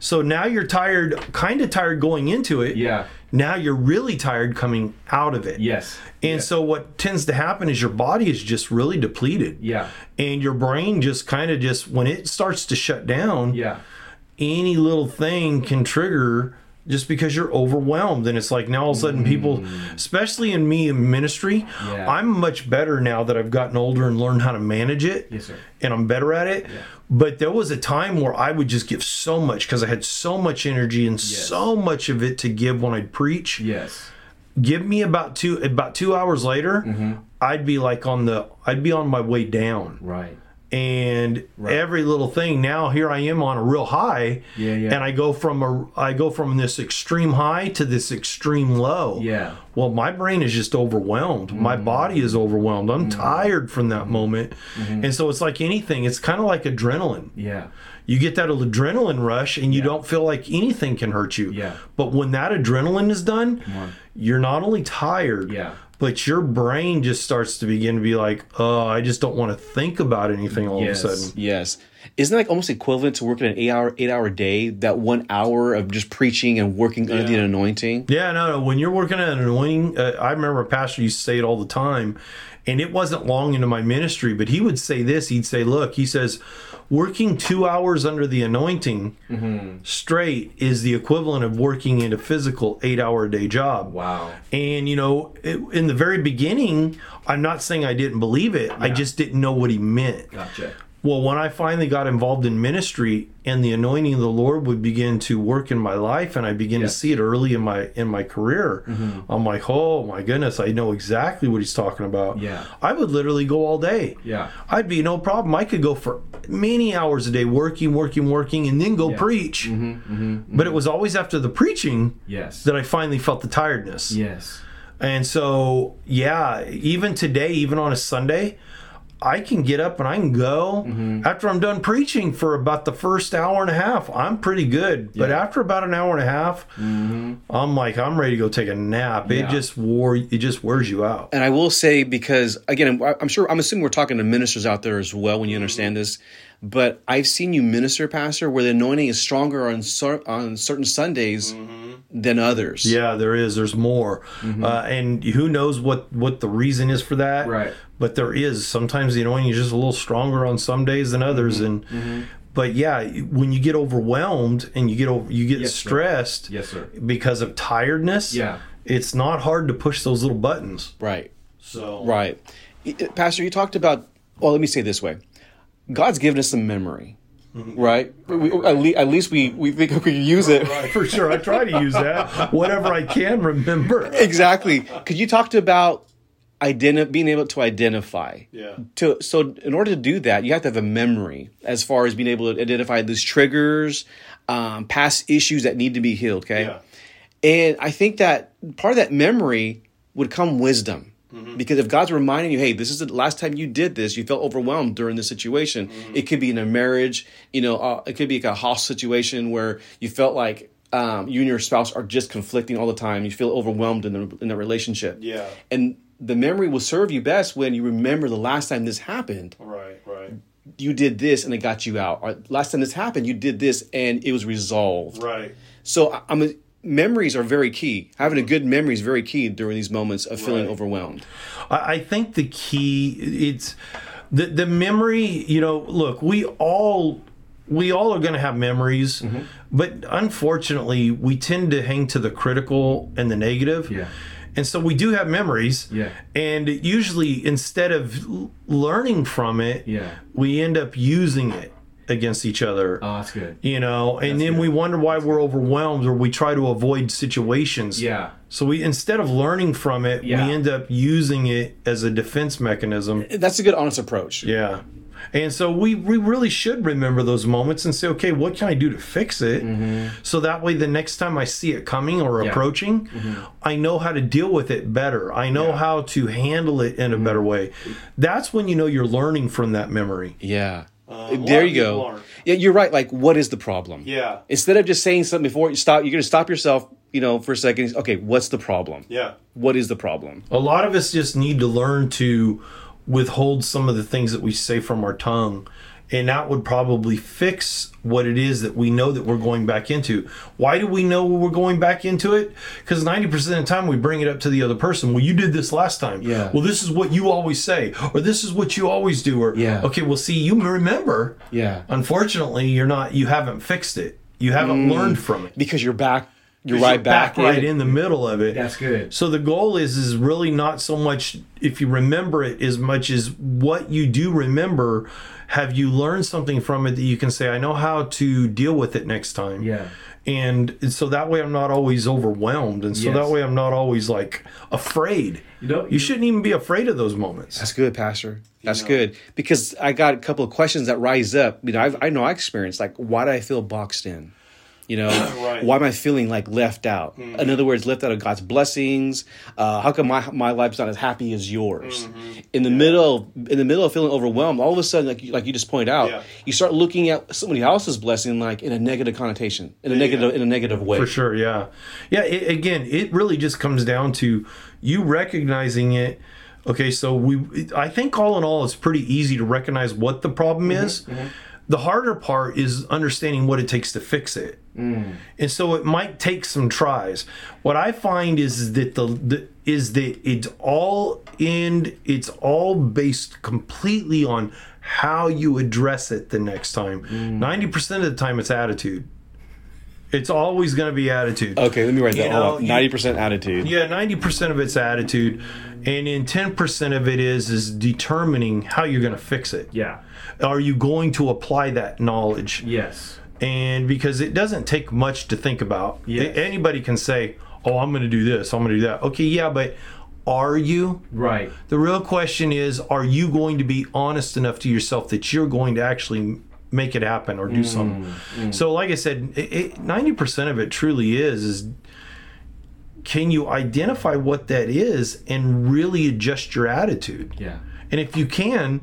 Speaker 2: So now you're tired, kind of tired going into it.
Speaker 3: Yeah.
Speaker 2: Now you're really tired coming out of it.
Speaker 3: Yes.
Speaker 2: And so what tends to happen is your body is just really depleted.
Speaker 3: Yeah.
Speaker 2: And your brain just kind of just when it starts to shut down,
Speaker 3: Yeah.
Speaker 2: any little thing can trigger just because you're overwhelmed and it's like now all of a sudden people especially in me in ministry
Speaker 3: Mm. Yeah.
Speaker 2: i'm much better now that i've gotten older and learned how to manage it
Speaker 3: Yes, sir.
Speaker 2: and i'm better at it but there was a time where i would just give so much because i had so much energy and so much of it to give when i'd preach
Speaker 3: Yes.
Speaker 2: give me about two about two hours later
Speaker 3: Mm-hmm.
Speaker 2: i'd be like on the i'd be on my way down
Speaker 3: Right.
Speaker 2: and every little thing now here i am on a real high
Speaker 3: Yeah, yeah.
Speaker 2: and i go from a i go from this extreme high to this extreme low
Speaker 3: Yeah. Mm-hmm.
Speaker 2: well my brain is just overwhelmed my body is overwhelmed i'm tired from that moment
Speaker 3: Mm-hmm.
Speaker 2: and so it's like anything it's kind of like adrenaline
Speaker 3: Yeah.
Speaker 2: you get that adrenaline rush and you don't feel like anything can hurt you
Speaker 3: Yeah.
Speaker 2: but when that adrenaline is done you're not only tired
Speaker 3: Yeah.
Speaker 2: but your brain just starts to begin to be like oh i just don't want to think about anything all
Speaker 3: Yes.
Speaker 2: of a sudden
Speaker 1: Yes. Isn't that like almost equivalent to working an eight hour eight hour day, that one hour of just preaching and working under the anointing?
Speaker 2: Yeah, no, no. When you're working at an anointing, uh, I remember a pastor used to say it all the time, and it wasn't long into my ministry, but he would say this. He'd say, "Look," he says, "working two hours under the anointing
Speaker 3: Mm-hmm.
Speaker 2: straight is the equivalent of working in a physical eight-hour day job."
Speaker 3: Wow.
Speaker 2: And you know, it, in the very beginning, I'm not saying I didn't believe it. I just didn't know what he meant.
Speaker 3: Gotcha.
Speaker 2: Well, when I finally got involved in ministry and the anointing of the Lord would begin to work in my life and I began to see it early in my in my career,
Speaker 3: Mm-hmm.
Speaker 2: I'm like, oh my goodness, I know exactly what he's talking about.
Speaker 3: Yeah.
Speaker 2: I would literally go all day.
Speaker 3: Yeah.
Speaker 2: I'd be no problem. I could go for many hours a day working, working, working, and then go preach.
Speaker 3: Mm-hmm,
Speaker 2: But it was always after the preaching
Speaker 3: Yes.
Speaker 2: that I finally felt the tiredness.
Speaker 3: yes.
Speaker 2: And so, yeah, even today, even on a Sunday, I can get up and I can go. After I'm done preaching for about the first hour and a half, I'm pretty good. But after about an hour and a half, I'm like, I'm ready to go take a nap. It just wore, it just wears you out.
Speaker 1: And I will say because again, I'm- I'm sure I'm assuming we're talking to ministers out there as well when you understand this, but I've seen you minister, pastor, where the anointing is stronger on cer- on certain Sundays than others.
Speaker 2: Yeah, there is. There's more,
Speaker 3: Mm-hmm.
Speaker 2: uh, and who knows what what the reason is for that?
Speaker 3: Right.
Speaker 2: But there is. Sometimes the anointing is just a little stronger on some days
Speaker 3: Mm-hmm.
Speaker 2: than others, and. But yeah, when you get overwhelmed and you get over, you get
Speaker 3: sir.
Speaker 2: stressed.
Speaker 3: Yes, sir.
Speaker 2: because of tiredness,
Speaker 3: Yeah.
Speaker 2: it's not hard to push those little buttons.
Speaker 1: Right.
Speaker 2: So
Speaker 1: Right. Y- y- Pastor, you talked about, well, let me say it this way God's given us some memory, right? We- we- at, le- at least we, we think we can use it.
Speaker 2: [laughs] for sure, I try to use that whatever I can remember.
Speaker 1: [laughs] exactly. Because you talked about identi- being able to identify.
Speaker 2: Yeah.
Speaker 1: To, so, in order to do that, you have to have a memory as far as being able to identify these triggers, um, past issues that need to be healed, okay?
Speaker 2: Yeah.
Speaker 1: And I think that part of that memory would come wisdom. Because if God's reminding you, hey, this is the last time you did this, you felt overwhelmed during this situation. It could be in a marriage, you know, uh, it could be like a hostile situation where you felt like um, you and your spouse are just conflicting all the time. You feel overwhelmed in the in the relationship.
Speaker 2: Yeah.
Speaker 1: and the memory will serve you best when you remember the last time this happened.
Speaker 2: Right, right,
Speaker 1: You did this, and it got you out. Or last time this happened, you did this, and it was resolved.
Speaker 2: right.
Speaker 1: So I- I'm a, memories are very key. Having a good memory is very key during these moments of feeling
Speaker 2: Right.
Speaker 1: overwhelmed.
Speaker 2: I, I think the key it's the the memory. You know, look, we all we all are going to have memories,
Speaker 3: Mm-hmm.
Speaker 2: but unfortunately, we tend to hang to the critical and the negative.
Speaker 3: Yeah.
Speaker 2: And so we do have memories.
Speaker 3: Yeah.
Speaker 2: And usually, instead of l- learning from it,
Speaker 3: Yeah.
Speaker 2: we end up using it against each other
Speaker 3: Oh, that's good.
Speaker 2: you know and then we wonder why we're overwhelmed or we try to avoid situations
Speaker 3: Yeah.
Speaker 2: so we instead of learning from it
Speaker 3: Yeah.
Speaker 2: we end up using it as a defense mechanism
Speaker 1: That's a good honest approach.
Speaker 2: yeah And so we, we really should remember those moments and say, okay, what can I do to fix it? So that way, the next time I see it coming or approaching, I know how to deal with it better. I know how to handle it in a better way. That's when you know you're learning from that memory.
Speaker 1: Yeah.
Speaker 4: lot
Speaker 1: there
Speaker 4: of
Speaker 1: you
Speaker 4: people
Speaker 1: go.
Speaker 4: aren't.
Speaker 1: Yeah, you're right. Like, what is the problem?
Speaker 4: Yeah.
Speaker 1: Instead of just saying something before you stop, you're going to stop yourself, you know, for a second. Okay, what's the problem?
Speaker 4: Yeah.
Speaker 1: What is the problem?
Speaker 2: A lot of us just need to learn to withhold some of the things that we say from our tongue. And that would probably fix what it is that we know that we're going back into. Why do we know we're going back into it? Because 90% of the time we bring it up to the other person. Well, you did this last time.
Speaker 1: Yeah.
Speaker 2: Well, this is what you always say, or this is what you always do, or
Speaker 1: Yeah.
Speaker 2: okay, well, see, you remember.
Speaker 1: Yeah.
Speaker 2: Unfortunately, you're not, you haven't fixed it. You haven't learned from it.
Speaker 1: Because you're back. You're Mm. right
Speaker 2: You're back, right
Speaker 1: in.
Speaker 2: in the middle of it.
Speaker 3: That's good.
Speaker 2: So the goal is is really not so much if you remember it as much as what you do remember. Have you learned something from it that you can say, I know how to deal with it next time?
Speaker 3: Yeah.
Speaker 2: And so that way I'm not always overwhelmed. And so
Speaker 3: Yes.
Speaker 2: that way I'm not always like afraid. You,
Speaker 3: know, you-
Speaker 2: shouldn't even be afraid of those moments.
Speaker 1: That's good, Pastor. That's good because I got a couple of questions that rise up. You know, I've, I know I experienced like, why do I feel boxed in? You
Speaker 2: [coughs]
Speaker 1: know,
Speaker 4: Right.
Speaker 1: why am I feeling like left out?
Speaker 2: Mm-hmm.
Speaker 1: In other words, left out of God's blessings. Uh, how come my my life's not as happy as yours?
Speaker 2: Mm-hmm.
Speaker 1: In the middle, of, in the middle of feeling overwhelmed, all of a sudden, like you, like you just pointed out,
Speaker 4: Yeah.
Speaker 1: you start looking at somebody else's blessing like in a negative connotation, in a negative, in a negative way.
Speaker 2: For sure, yeah. Yeah, it, again, it really just comes down to you recognizing it. Okay, so we I think all in all it's pretty easy to recognize what the problem is. The harder part is understanding what it takes to fix it. And so it might take some tries. What I find is that the, the is that it's all in it's all based completely on how you address it the next time. 90% of the time it's attitude. It's always going to be attitude.
Speaker 1: Okay, let me write that
Speaker 2: You know,
Speaker 1: all up.
Speaker 2: you-
Speaker 1: Ninety percent attitude.
Speaker 2: Yeah, 90% of it's attitude and then 10% of it is is determining how you're going to fix it.
Speaker 3: Yeah.
Speaker 2: Are you going to apply that knowledge?
Speaker 3: Yes.
Speaker 2: and because it doesn't take much to think about
Speaker 3: Yes.
Speaker 2: anybody can say oh i'm going to do this i'm going to do that okay yeah but are you
Speaker 3: Right.
Speaker 2: the real question is are you going to be honest enough to yourself that you're going to actually make it happen or do something so like i said it, it, 90% of it truly is is can you identify what that is and really adjust your attitude
Speaker 3: Yeah.
Speaker 2: and if you can,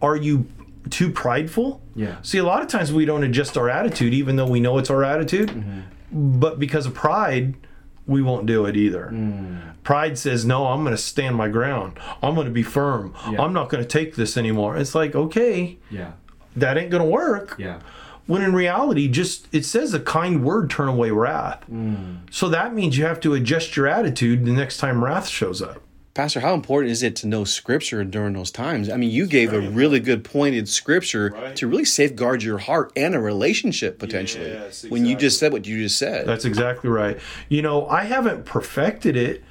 Speaker 2: are you too prideful?
Speaker 3: Yeah.
Speaker 2: See, a lot of times we don't adjust our attitude, even though we know it's our attitude, but because of pride, we won't do it either. Pride says, no, I'm going to stand my ground. I'm going to be firm. I'm not going to take this anymore. It's like, okay,
Speaker 3: Yeah.
Speaker 2: that ain't going to work.
Speaker 3: Yeah.
Speaker 2: When in reality, just it says a kind word turn away wrath. So that means you have to adjust your attitude the next time wrath shows up.
Speaker 1: Pastor, how important is it to know scripture during those times? I mean, you gave a really good pointed scripture to really safeguard your heart and a relationship potentially.
Speaker 4: Yes,
Speaker 1: When you just said what you just said.
Speaker 2: [laughs] That's exactly right. You know, I haven't perfected it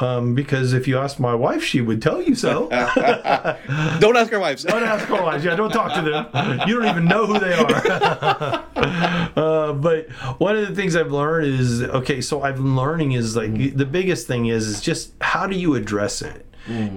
Speaker 2: um, because if you asked my wife, she would tell you so. don't
Speaker 1: Don't ask our wives.
Speaker 2: ask my wife. Yeah, don't talk to them. You don't even know who they are. [laughs] uh, but one of the things I've learned is okay. So I've been learning is like the biggest thing is is just how do you address it.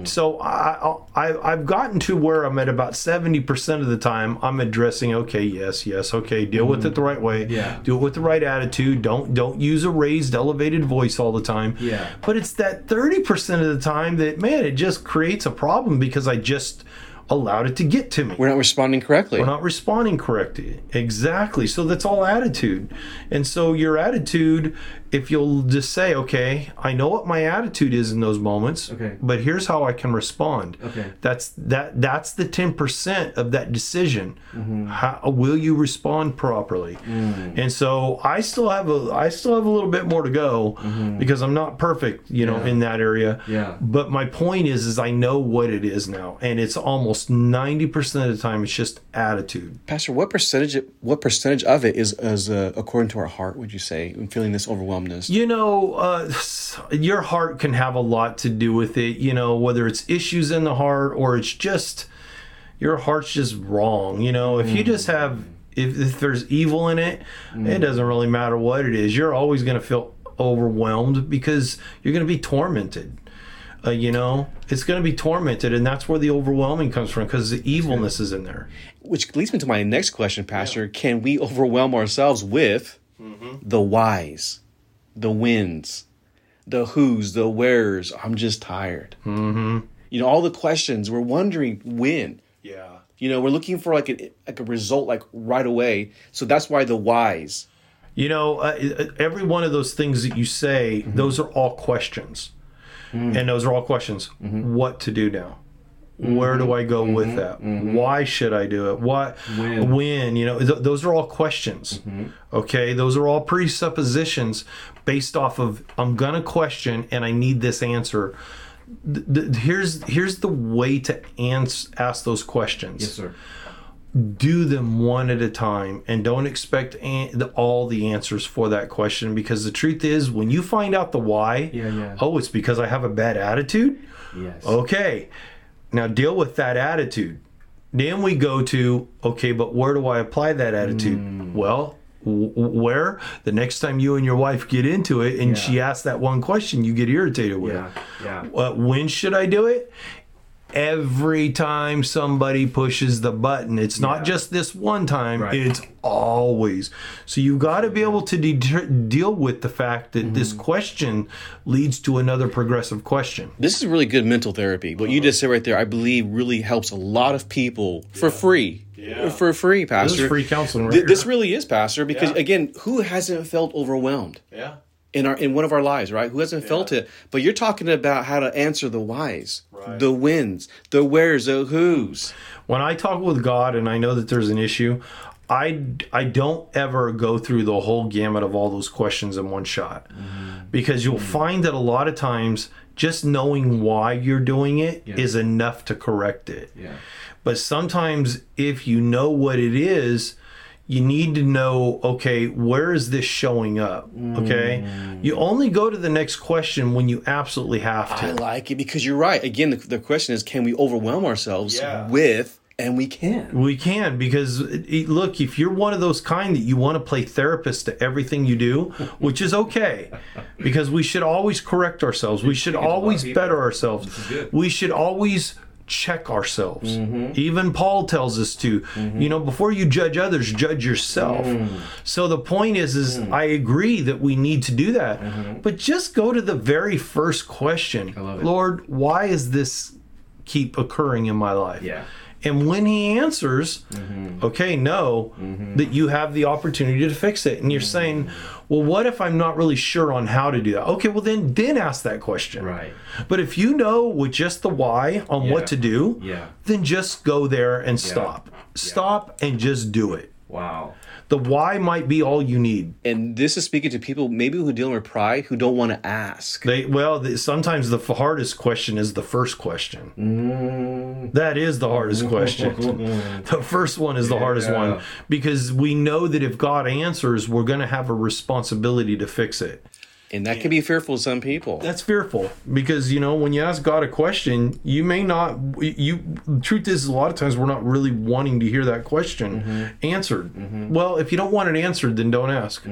Speaker 2: So I, I I've gotten to where I'm at about seventy percent of the time I'm addressing okay yes yes okay deal with it the right way
Speaker 3: Yeah.
Speaker 2: do it with the right attitude don't don't use a raised elevated voice all the time
Speaker 3: Yeah.
Speaker 2: but it's that 30% of the time that man it just creates a problem because I just allowed it to get to me
Speaker 1: We're not responding correctly.
Speaker 2: we're not responding correctly. Exactly. So that's all attitude. And so your attitude, if you'll just say, okay, I know what my attitude is in those moments,
Speaker 3: Okay.
Speaker 2: but here's how I can respond.
Speaker 3: Okay.
Speaker 2: That's that that's the 10% of that decision.
Speaker 3: Mm-hmm.
Speaker 2: How will you respond properly?
Speaker 3: Mm.
Speaker 2: And so I still have a I still have a little bit more to go
Speaker 3: Mm-hmm.
Speaker 2: because I'm not perfect, you know, in that area.
Speaker 3: Yeah.
Speaker 2: But my point is, is I know what it is now, and it's almost ninety percent of the time it's just attitude.
Speaker 1: Pastor, what percentage what percentage of it is is uh, according to our heart, would you say, in feeling this overwhelmedness?
Speaker 2: You know, uh, your heart can have a lot to do with it. You know, whether it's issues in the heart or it's just your heart's just wrong. You know, if you just have if, if there's evil in it, it doesn't really matter what it is. You're always going to feel overwhelmed because you're going to be tormented. Uh, you know, it's going to be tormented, and that's where the overwhelming comes from because the evilness is in there.
Speaker 1: Which leads me to my next question, Pastor. Can we overwhelm ourselves with
Speaker 2: Mm-hmm.
Speaker 1: the whys, the wins, the who's, the where's? I'm just tired. Mm-hmm. You know, all the questions we're wondering when.
Speaker 2: Yeah.
Speaker 1: You know, we're looking for like a like a result like right away. So that's why the whys.
Speaker 2: You know, uh, every one of those things that you say, those are all questions. And those are all questions. What to do now? Where do I go with that? Why should I do it? What when? you know, th- those are all questions. Okay? Those are all presuppositions based off of I'm going to question and I need this answer. Th- th- here's here's the way to ans- ask those questions
Speaker 3: sir.
Speaker 2: do them one at a time and don't expect an- the, all the answers for that question because the truth is when you find out the why
Speaker 3: Yeah, yeah.
Speaker 2: oh it's because i have a bad attitude
Speaker 3: Yes.
Speaker 2: Oh, okay now deal with that attitude then we go to okay but where do i apply that attitude
Speaker 3: Mm.
Speaker 2: well w- w- where the next time you and your wife get into it and she asks that one question you get irritated with
Speaker 3: Yeah. Yeah.
Speaker 2: uh, when should I do it? Every time somebody pushes the button, it's not just this one time,
Speaker 3: Right.
Speaker 2: it's always. So you've got to be able to deter- deal with the fact that this
Speaker 1: Mm-hmm.
Speaker 2: question leads to another progressive question.
Speaker 1: This is really good mental therapy. What
Speaker 2: Uh-huh.
Speaker 1: you just said right there, I believe, really helps a lot of people for free. Yeah. For free, Pastor.
Speaker 2: This is free counseling, right?
Speaker 1: Th- this
Speaker 2: here.
Speaker 1: really is pastor because again who hasn't felt overwhelmed
Speaker 2: yeah,
Speaker 1: in our in one of our lives right who hasn't felt it but you're talking about how to answer the whys the wins the wheres the who's
Speaker 2: when I talk with God and I know that there's an issue, I I don't ever go through the whole gamut of all those questions in one shot. Because you'll find that a lot of times just knowing why you're doing it is enough to correct it.
Speaker 3: Yeah.
Speaker 2: But sometimes if you know what it is, you need to know okay, where is this showing up? Okay? You only go to the next question when you absolutely have to.
Speaker 1: i like it because you're right again the, the question is can we overwhelm ourselves
Speaker 2: Yeah.
Speaker 1: with and we can
Speaker 2: We can because it- it- look, if you're one of those kind that you want to play therapist to everything you do, which is okay, because we should always correct ourselves. We should always
Speaker 3: people.
Speaker 2: better ourselves.
Speaker 3: good. Mm-hmm.
Speaker 2: We should always check ourselves. Even Paul tells us to, you know, before you judge others, judge yourself.
Speaker 3: Mm.
Speaker 2: So the point is is I agree that we need to do that. But just go to the very first question.
Speaker 3: Mm-hmm. love it.
Speaker 2: Lord, why is this keep occurring in my life?
Speaker 3: Yeah.
Speaker 2: And when he answers,
Speaker 3: Mm-hmm.
Speaker 2: okay, no, that you have the opportunity to fix it. And you're
Speaker 3: Mm-hmm.
Speaker 2: saying, well, what if I'm not really sure on how to do that? Okay, well then then ask that question.
Speaker 3: Right.
Speaker 2: But if you know with just the why on what to do,
Speaker 3: Yeah.
Speaker 2: then just go there and stop. Stop and just do it.
Speaker 3: Wow.
Speaker 2: The why might be all you need.
Speaker 1: and this is speaking to people maybe who deal with pride who don't want to ask
Speaker 2: They well, the, sometimes the f- hardest question is the first question. That is the hardest question. the first one is the hardest one
Speaker 3: Yeah.
Speaker 2: because we know that if God answers, we're going to have a responsibility to fix it.
Speaker 1: and that can be fearful to some people
Speaker 2: That's fearful because you know when you ask God a question, you may not. You the truth is, a lot of times we're not really wanting to hear that question answered. Well, if you don't want it answered, then don't ask.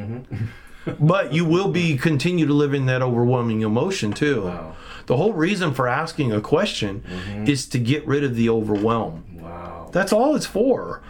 Speaker 2: [laughs] but you will be continue to live in that overwhelming emotion too. The whole reason for asking a question is to get rid of the overwhelm.
Speaker 3: Wow.
Speaker 2: That's all it's for.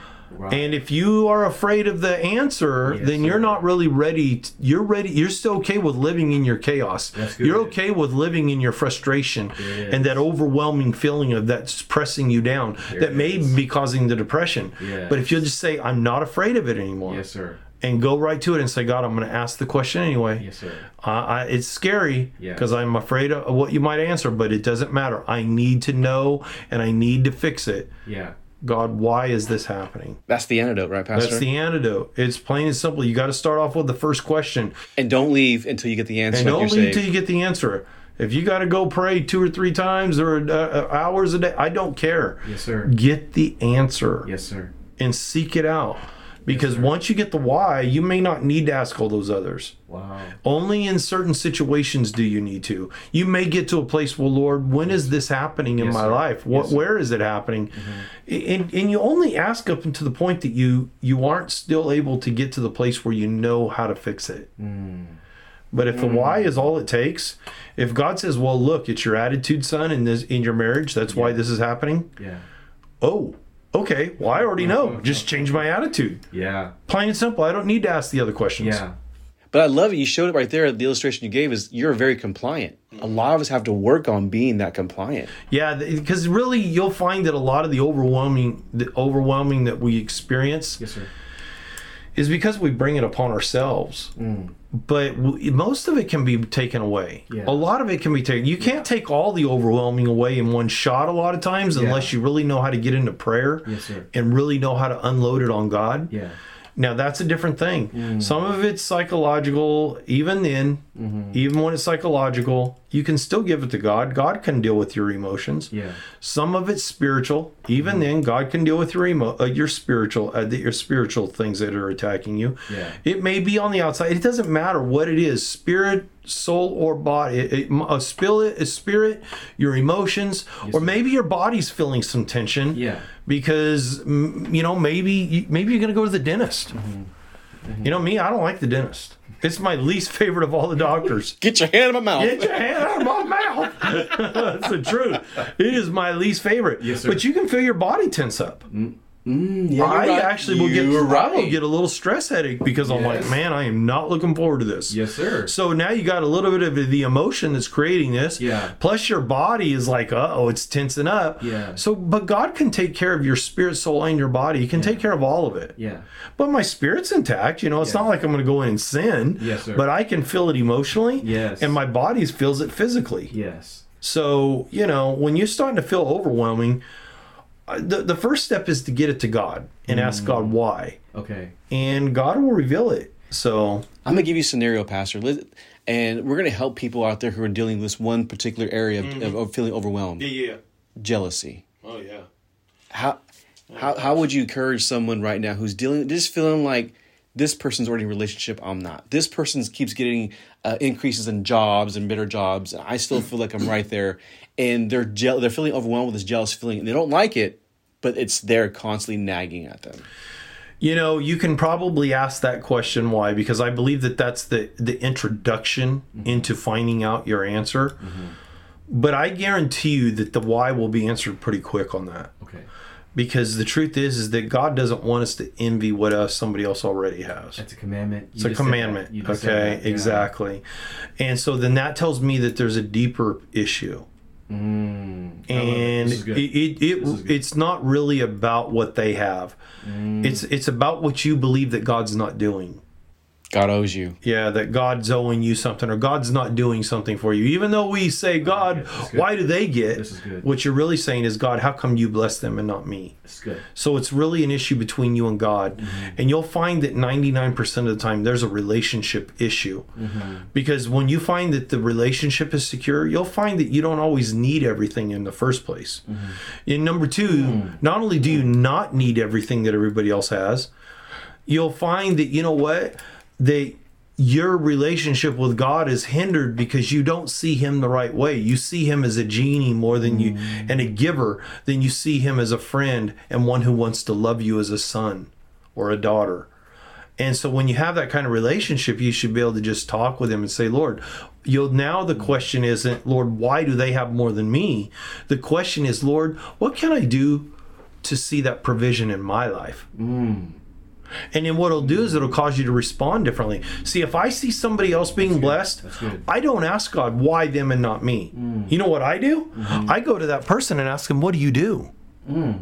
Speaker 2: And if you are afraid of the answer, then you're not really ready. t- you're ready. You're still okay with living in your chaos.
Speaker 3: good.
Speaker 2: You're okay with living in your frustration and that overwhelming feeling of that's pressing you down that may be causing the depression.
Speaker 3: Yes.
Speaker 2: But if you'll just say, I'm not afraid of it anymore
Speaker 3: Yes, sir.
Speaker 2: and go right to it and say, God, I'm going to ask the question anyway.
Speaker 3: Yes, sir.
Speaker 2: Uh, I, it's scary
Speaker 3: Yeah.
Speaker 2: because I'm afraid of what you might answer, but it doesn't matter. I need to know and I need to fix it.
Speaker 3: Yeah.
Speaker 2: God, why is this happening?
Speaker 1: that's the antidote right pastor
Speaker 2: That's the antidote. It's plain and simple. You got to start off with the first question
Speaker 1: and don't leave until you get the answer
Speaker 2: and
Speaker 1: like
Speaker 2: don't
Speaker 1: you're saying.
Speaker 2: leave till you get the answer. If you got to go pray two or three times or uh, uh, hours a day, I don't care.
Speaker 3: Yes, sir.
Speaker 2: Get the answer
Speaker 3: Yes, sir.
Speaker 2: and seek it out. Because once you get the why, you may not need to ask all those others.
Speaker 3: Wow.
Speaker 2: Only in certain situations do you need to. You may get to a place, well, Lord, when is this happening in my
Speaker 3: sir. Mm-hmm.
Speaker 2: life? What, where is it happening? And and you only ask up until the point that
Speaker 3: Mm.
Speaker 2: you you aren't still able to get to the place where you know how to fix it. But if the why is all it takes, if God says, "Well, look, it's your attitude, son, in this in your marriage. That's why this is happening."
Speaker 3: Yeah.
Speaker 2: Oh, okay. Well, I already
Speaker 3: Mm-hmm.
Speaker 2: know. Just change my attitude.
Speaker 3: Yeah.
Speaker 2: Plain and simple. I don't need to ask the other questions.
Speaker 3: Yeah.
Speaker 1: But I love it. You showed it right there. The illustration you gave is you're very compliant. A lot of us have to work on being that compliant.
Speaker 2: Yeah, because really, you'll find that a lot of the overwhelming, the overwhelming that we experience
Speaker 3: Yes, sir.
Speaker 2: is because we bring it upon ourselves. But w- most of it can be taken away.
Speaker 3: Mm. Yeah.
Speaker 2: A lot of it can be taken. You can't take all the overwhelming away in one shot. A lot of times, unless you really know how to get into prayer
Speaker 3: Yes, sir.
Speaker 2: and really know how to unload it on God.
Speaker 3: Yeah. Mm.
Speaker 2: Now that's a different thing. Some of it's psychological. Even then,
Speaker 3: Mm-hmm.
Speaker 2: even when it's psychological, you can still give it to God. God can deal with your emotions.
Speaker 3: Yeah.
Speaker 2: Some of it's spiritual.
Speaker 3: Mm-hmm.
Speaker 2: Even then, God can deal with your emo, uh, your spiritual, uh, the- your spiritual things that are attacking you.
Speaker 3: Yeah.
Speaker 2: It may be on the outside. It doesn't matter what it is: spirit, soul, or body. It, it, a spirit, a spirit, your emotions, or maybe your body's feeling some tension.
Speaker 3: Yeah.
Speaker 2: Because mm, you know maybe you- maybe you're gonna go to the dentist.
Speaker 3: Mm-hmm.
Speaker 2: You know me, I don't like the dentist. It's my least [laughs] favorite of all the doctors.
Speaker 1: Get your hand in my mouth.
Speaker 2: Get your hand out of my mouth. [laughs] That's the truth. It is my least favorite.
Speaker 3: Yes, sir. Mm,
Speaker 2: But you can feel your body tense up.
Speaker 1: you're
Speaker 2: I
Speaker 1: right.
Speaker 2: actually will get
Speaker 1: You're
Speaker 2: I will
Speaker 1: right.
Speaker 2: get a little stress headache because I'm like,
Speaker 3: Yes.
Speaker 2: man, I am not looking forward to this.
Speaker 3: Yes, sir.
Speaker 2: So now you got a little bit of the emotion that's creating this.
Speaker 3: Yeah.
Speaker 2: Plus your body is like, uh oh, it's tensing up.
Speaker 3: Yeah.
Speaker 2: So, but God can take care of your spirit, soul, and your body. He can take care of all of it.
Speaker 3: Yeah.
Speaker 2: But my spirit's intact. You know, it's
Speaker 3: Yeah.
Speaker 2: not like I'm going to go in and sin.
Speaker 3: Yes, sir.
Speaker 2: But I can feel it emotionally.
Speaker 3: Yes.
Speaker 2: And my body feels it physically.
Speaker 3: Yes.
Speaker 2: So, you know, when you're starting to feel overwhelming, uh, the, the first step is to get it to God and
Speaker 3: Mm.
Speaker 2: ask God why.
Speaker 3: Okay.
Speaker 2: And God will reveal it. So,
Speaker 1: I'm gonna give you a scenario, Pastor, Let- and we're gonna help people out there who are dealing with this one particular area of, of, of feeling overwhelmed,
Speaker 2: yeah.
Speaker 1: jealousy.
Speaker 2: Oh, yeah.
Speaker 1: How how how would you encourage someone right now who's dealing just feeling like this person's already in a relationship, I'm not. This person's keeps getting uh, increases in jobs and better jobs, and I still feel like I'm right there. And they're je- they're feeling overwhelmed with this jealous feeling, and they don't like it, but it's there constantly nagging at them.
Speaker 2: You know, you can probably ask that question why because I believe that that's the the introduction
Speaker 3: Mm-hmm.
Speaker 2: into finding out your answer. But I guarantee you that the why will be answered pretty quick on that.
Speaker 3: Okay.
Speaker 2: Because the truth is is that God doesn't want us to envy what us somebody else already has.
Speaker 3: That's a commandment.
Speaker 2: It's a commandment. Okay, exactly. And so then that tells me that there's a deeper issue.
Speaker 3: Mm.
Speaker 2: and
Speaker 3: This is
Speaker 2: it,
Speaker 3: good. Mm.
Speaker 2: it, it it's not really about what they have. It's it's about what you believe that God's not doing.
Speaker 1: God owes you.
Speaker 2: Yeah, that God's owing you something or God's not doing something for you. Even though we say, God,
Speaker 3: this is good.
Speaker 2: why do they get?
Speaker 3: This is good.
Speaker 2: What you're really saying is, God, how come you bless them and not me?
Speaker 3: It's good.
Speaker 2: So it's really an issue between you and God. And you'll find that 99% of the time there's a relationship issue. Because when you find that the relationship is secure, you'll find that you don't always need everything in the first place. And number 2 not only do you not need everything that everybody else has, you'll find that you know what? That your relationship with God is hindered because you don't see him the right way. You see him as a genie more than you and a giver than you see him as a friend and one who wants to love you as a son or a daughter. And so when you have that kind of relationship, you should be able to just talk with him and say, Lord, you'll now the question isn't, Lord, why do they have more than me? The question is, Lord, what can I do to see that provision in my life? And then what it'll do is it'll cause you to respond differently. See, if I see somebody else being blessed,
Speaker 3: good. Mm.
Speaker 2: I don't ask God why them and not me. You know what I do?
Speaker 3: Mm-hmm.
Speaker 2: I go to that person and ask them, "What do you do?"
Speaker 3: Mm.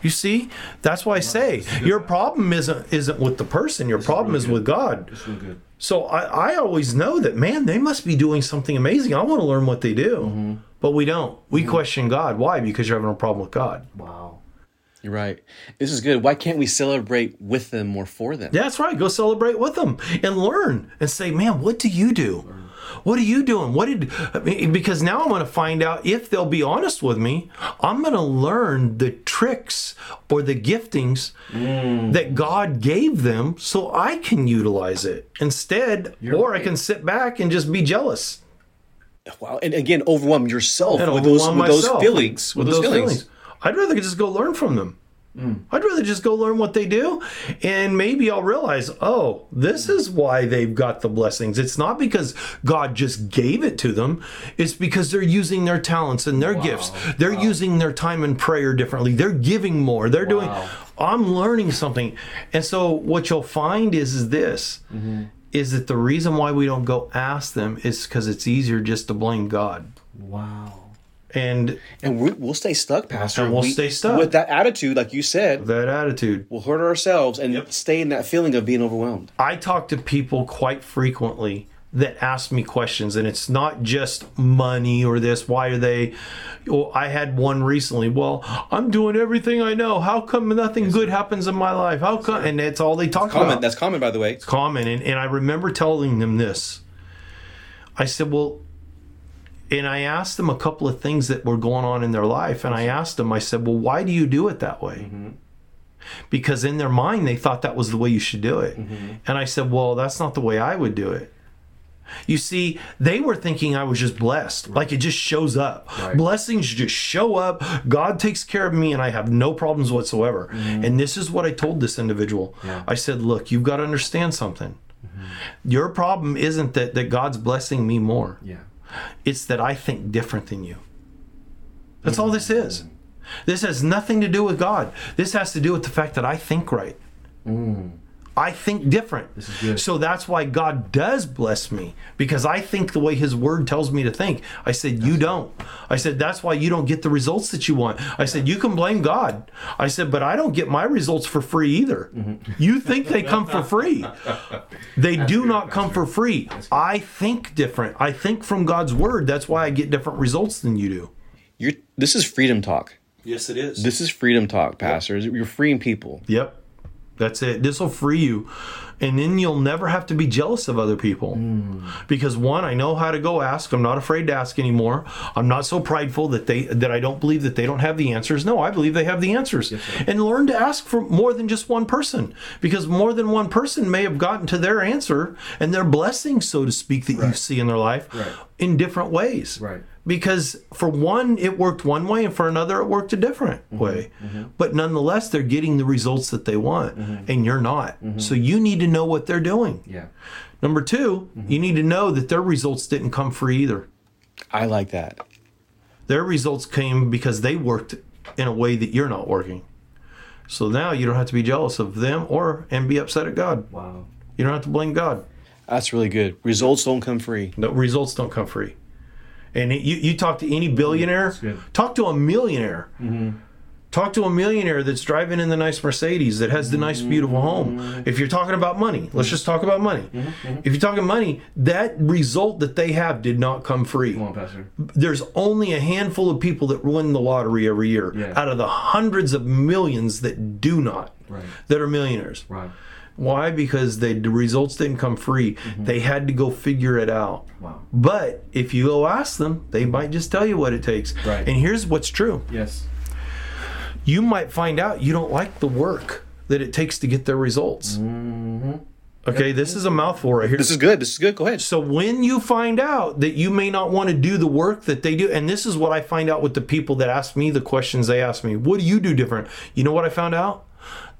Speaker 2: You see, that's why I say your problem isn't isn't with the person. Your problem is with God.
Speaker 3: It's real good.
Speaker 2: So I, I always know that man, they must be doing something amazing. I want to learn what they do,
Speaker 3: Mm-hmm.
Speaker 2: but we don't. We question God. Why? Because you're having a problem with God.
Speaker 3: Wow.
Speaker 1: You're right. This is good. Why can't we celebrate with them or for them?
Speaker 2: That's right. Go celebrate with them and learn and say, man, what do you do? What are you doing? What did, I mean, because now I'm going to find out if they'll be honest with me. I'm going to learn the tricks or the giftings that God gave them so I can utilize it instead, or I can sit back and just be jealous
Speaker 1: Wow. And again, overwhelm yourself
Speaker 2: and
Speaker 1: with those
Speaker 2: overwhelm
Speaker 1: with those
Speaker 2: myself
Speaker 1: feelings. Mm. With, those, feelings.
Speaker 2: I'd rather just go learn from them. I'd rather just go learn what they do, and maybe I'll realize, oh, this is why they've got the blessings. It's not because God just gave it to them; it's because they're using their talents and their gifts. They're using their time in prayer differently. They're giving more. They're doing. I'm learning something, and so what you'll find is, is this.
Speaker 1: Mm-hmm.
Speaker 2: Is that the reason why we don't go ask them? Is because it's easier just to blame God.
Speaker 3: Wow.
Speaker 2: And
Speaker 1: And we, we'll stay stuck, Pastor.
Speaker 2: And we'll
Speaker 1: We-
Speaker 2: stay stuck.
Speaker 1: With that attitude, like you said,
Speaker 2: that attitude.
Speaker 1: we'll hurt ourselves and stay in that feeling of being overwhelmed.
Speaker 2: I talk to people quite frequently that ask me questions, and it's not just money or this. Why are they? Well, I had one recently. Well, I'm doing everything I know. How come nothing good happens in my life? How come? And that's all they talk
Speaker 1: Common.
Speaker 2: about.
Speaker 1: That's common, by the way.
Speaker 2: common. And, and I remember telling them this. I said, Well, and I asked them a couple of things that were going on in their life. And I asked them, I said, Well, why do you do it that way? Because in their mind, they thought that was the way you should do it. And I said, Well, that's not the way I would do it. You see, they were thinking I was just blessed, like it just shows up. Blessings just show up. God takes care of me, and I have no problems whatsoever. And this is what I told this individual I said, Look, you've got to understand something. Your problem isn't that, that God's blessing me more,
Speaker 3: Yeah.
Speaker 2: it's that I think different than you. That's all this is. This has nothing to do with God. This has to do with the fact that I think right. I think different.
Speaker 3: good.
Speaker 2: So that's why God does bless me because I think the way His Word tells me to think. I said, You don't. I said, That's why you don't get the results that you want. I said, You can blame God. I said, But I don't get my results for free either. You think they come for free. They do not come for free. I think different. I think from God's Word. That's why I get different results than you do.
Speaker 1: You're, this is freedom talk.
Speaker 2: Yes, it is.
Speaker 1: This is freedom talk, Pastor. You're freeing people.
Speaker 2: Yep. That's it. This will free you. And then you'll never have to be jealous of other people. Because one, I know how to go ask. I'm not afraid to ask anymore. I'm not so prideful that they that I don't believe that they don't have the answers. No, I believe they have the answers. and learn to ask for more than just one person because more than one person may have gotten to their answer and their blessing so to speak that you see in their life in different ways
Speaker 3: Right.
Speaker 2: because for one it worked one way and for another it worked a different way but nonetheless they're getting the results that they want and you're not so you need to know what they're doing
Speaker 3: Yeah.
Speaker 2: number 2 you need to know that their results didn't come free either
Speaker 1: I like that.
Speaker 2: their results came because they worked in a way that you're not working so now you don't have to be jealous of them or and be upset at god
Speaker 3: Wow.
Speaker 2: you don't have to blame god
Speaker 1: That's really good. Results don't come free.
Speaker 2: No results don't come free. And it- you, you talk to any billionaire,
Speaker 3: good. Mm-hmm.
Speaker 2: talk to a millionaire. Talk to a millionaire that's driving in the nice Mercedes that has the nice, beautiful
Speaker 3: Mm-hmm.
Speaker 2: home. If you're talking about money, let's just talk about money. If you're talking money, that result that they have did not come free
Speaker 3: Come on, Pastor.
Speaker 2: there's only a handful of people that win the lottery every year
Speaker 3: Yeah.
Speaker 2: out of the hundreds of millions that do not
Speaker 3: Right.
Speaker 2: that are millionaires
Speaker 3: Right.
Speaker 2: why because they, the results didn't come free
Speaker 3: Mm-hmm.
Speaker 2: they had to go figure it out
Speaker 3: Wow.
Speaker 2: but if you go ask them they might just tell you what it takes
Speaker 3: Right.
Speaker 2: and here's what's true
Speaker 3: Yes.
Speaker 2: you might find out you don't like the work that it takes to get their results okay this is a mouthful right here
Speaker 1: This is good. This is good. Go ahead.
Speaker 2: so when you find out that you may not want to do the work that they do, and this is what I find out with the people that ask me the questions they ask me, what do you do different? You know what I found out?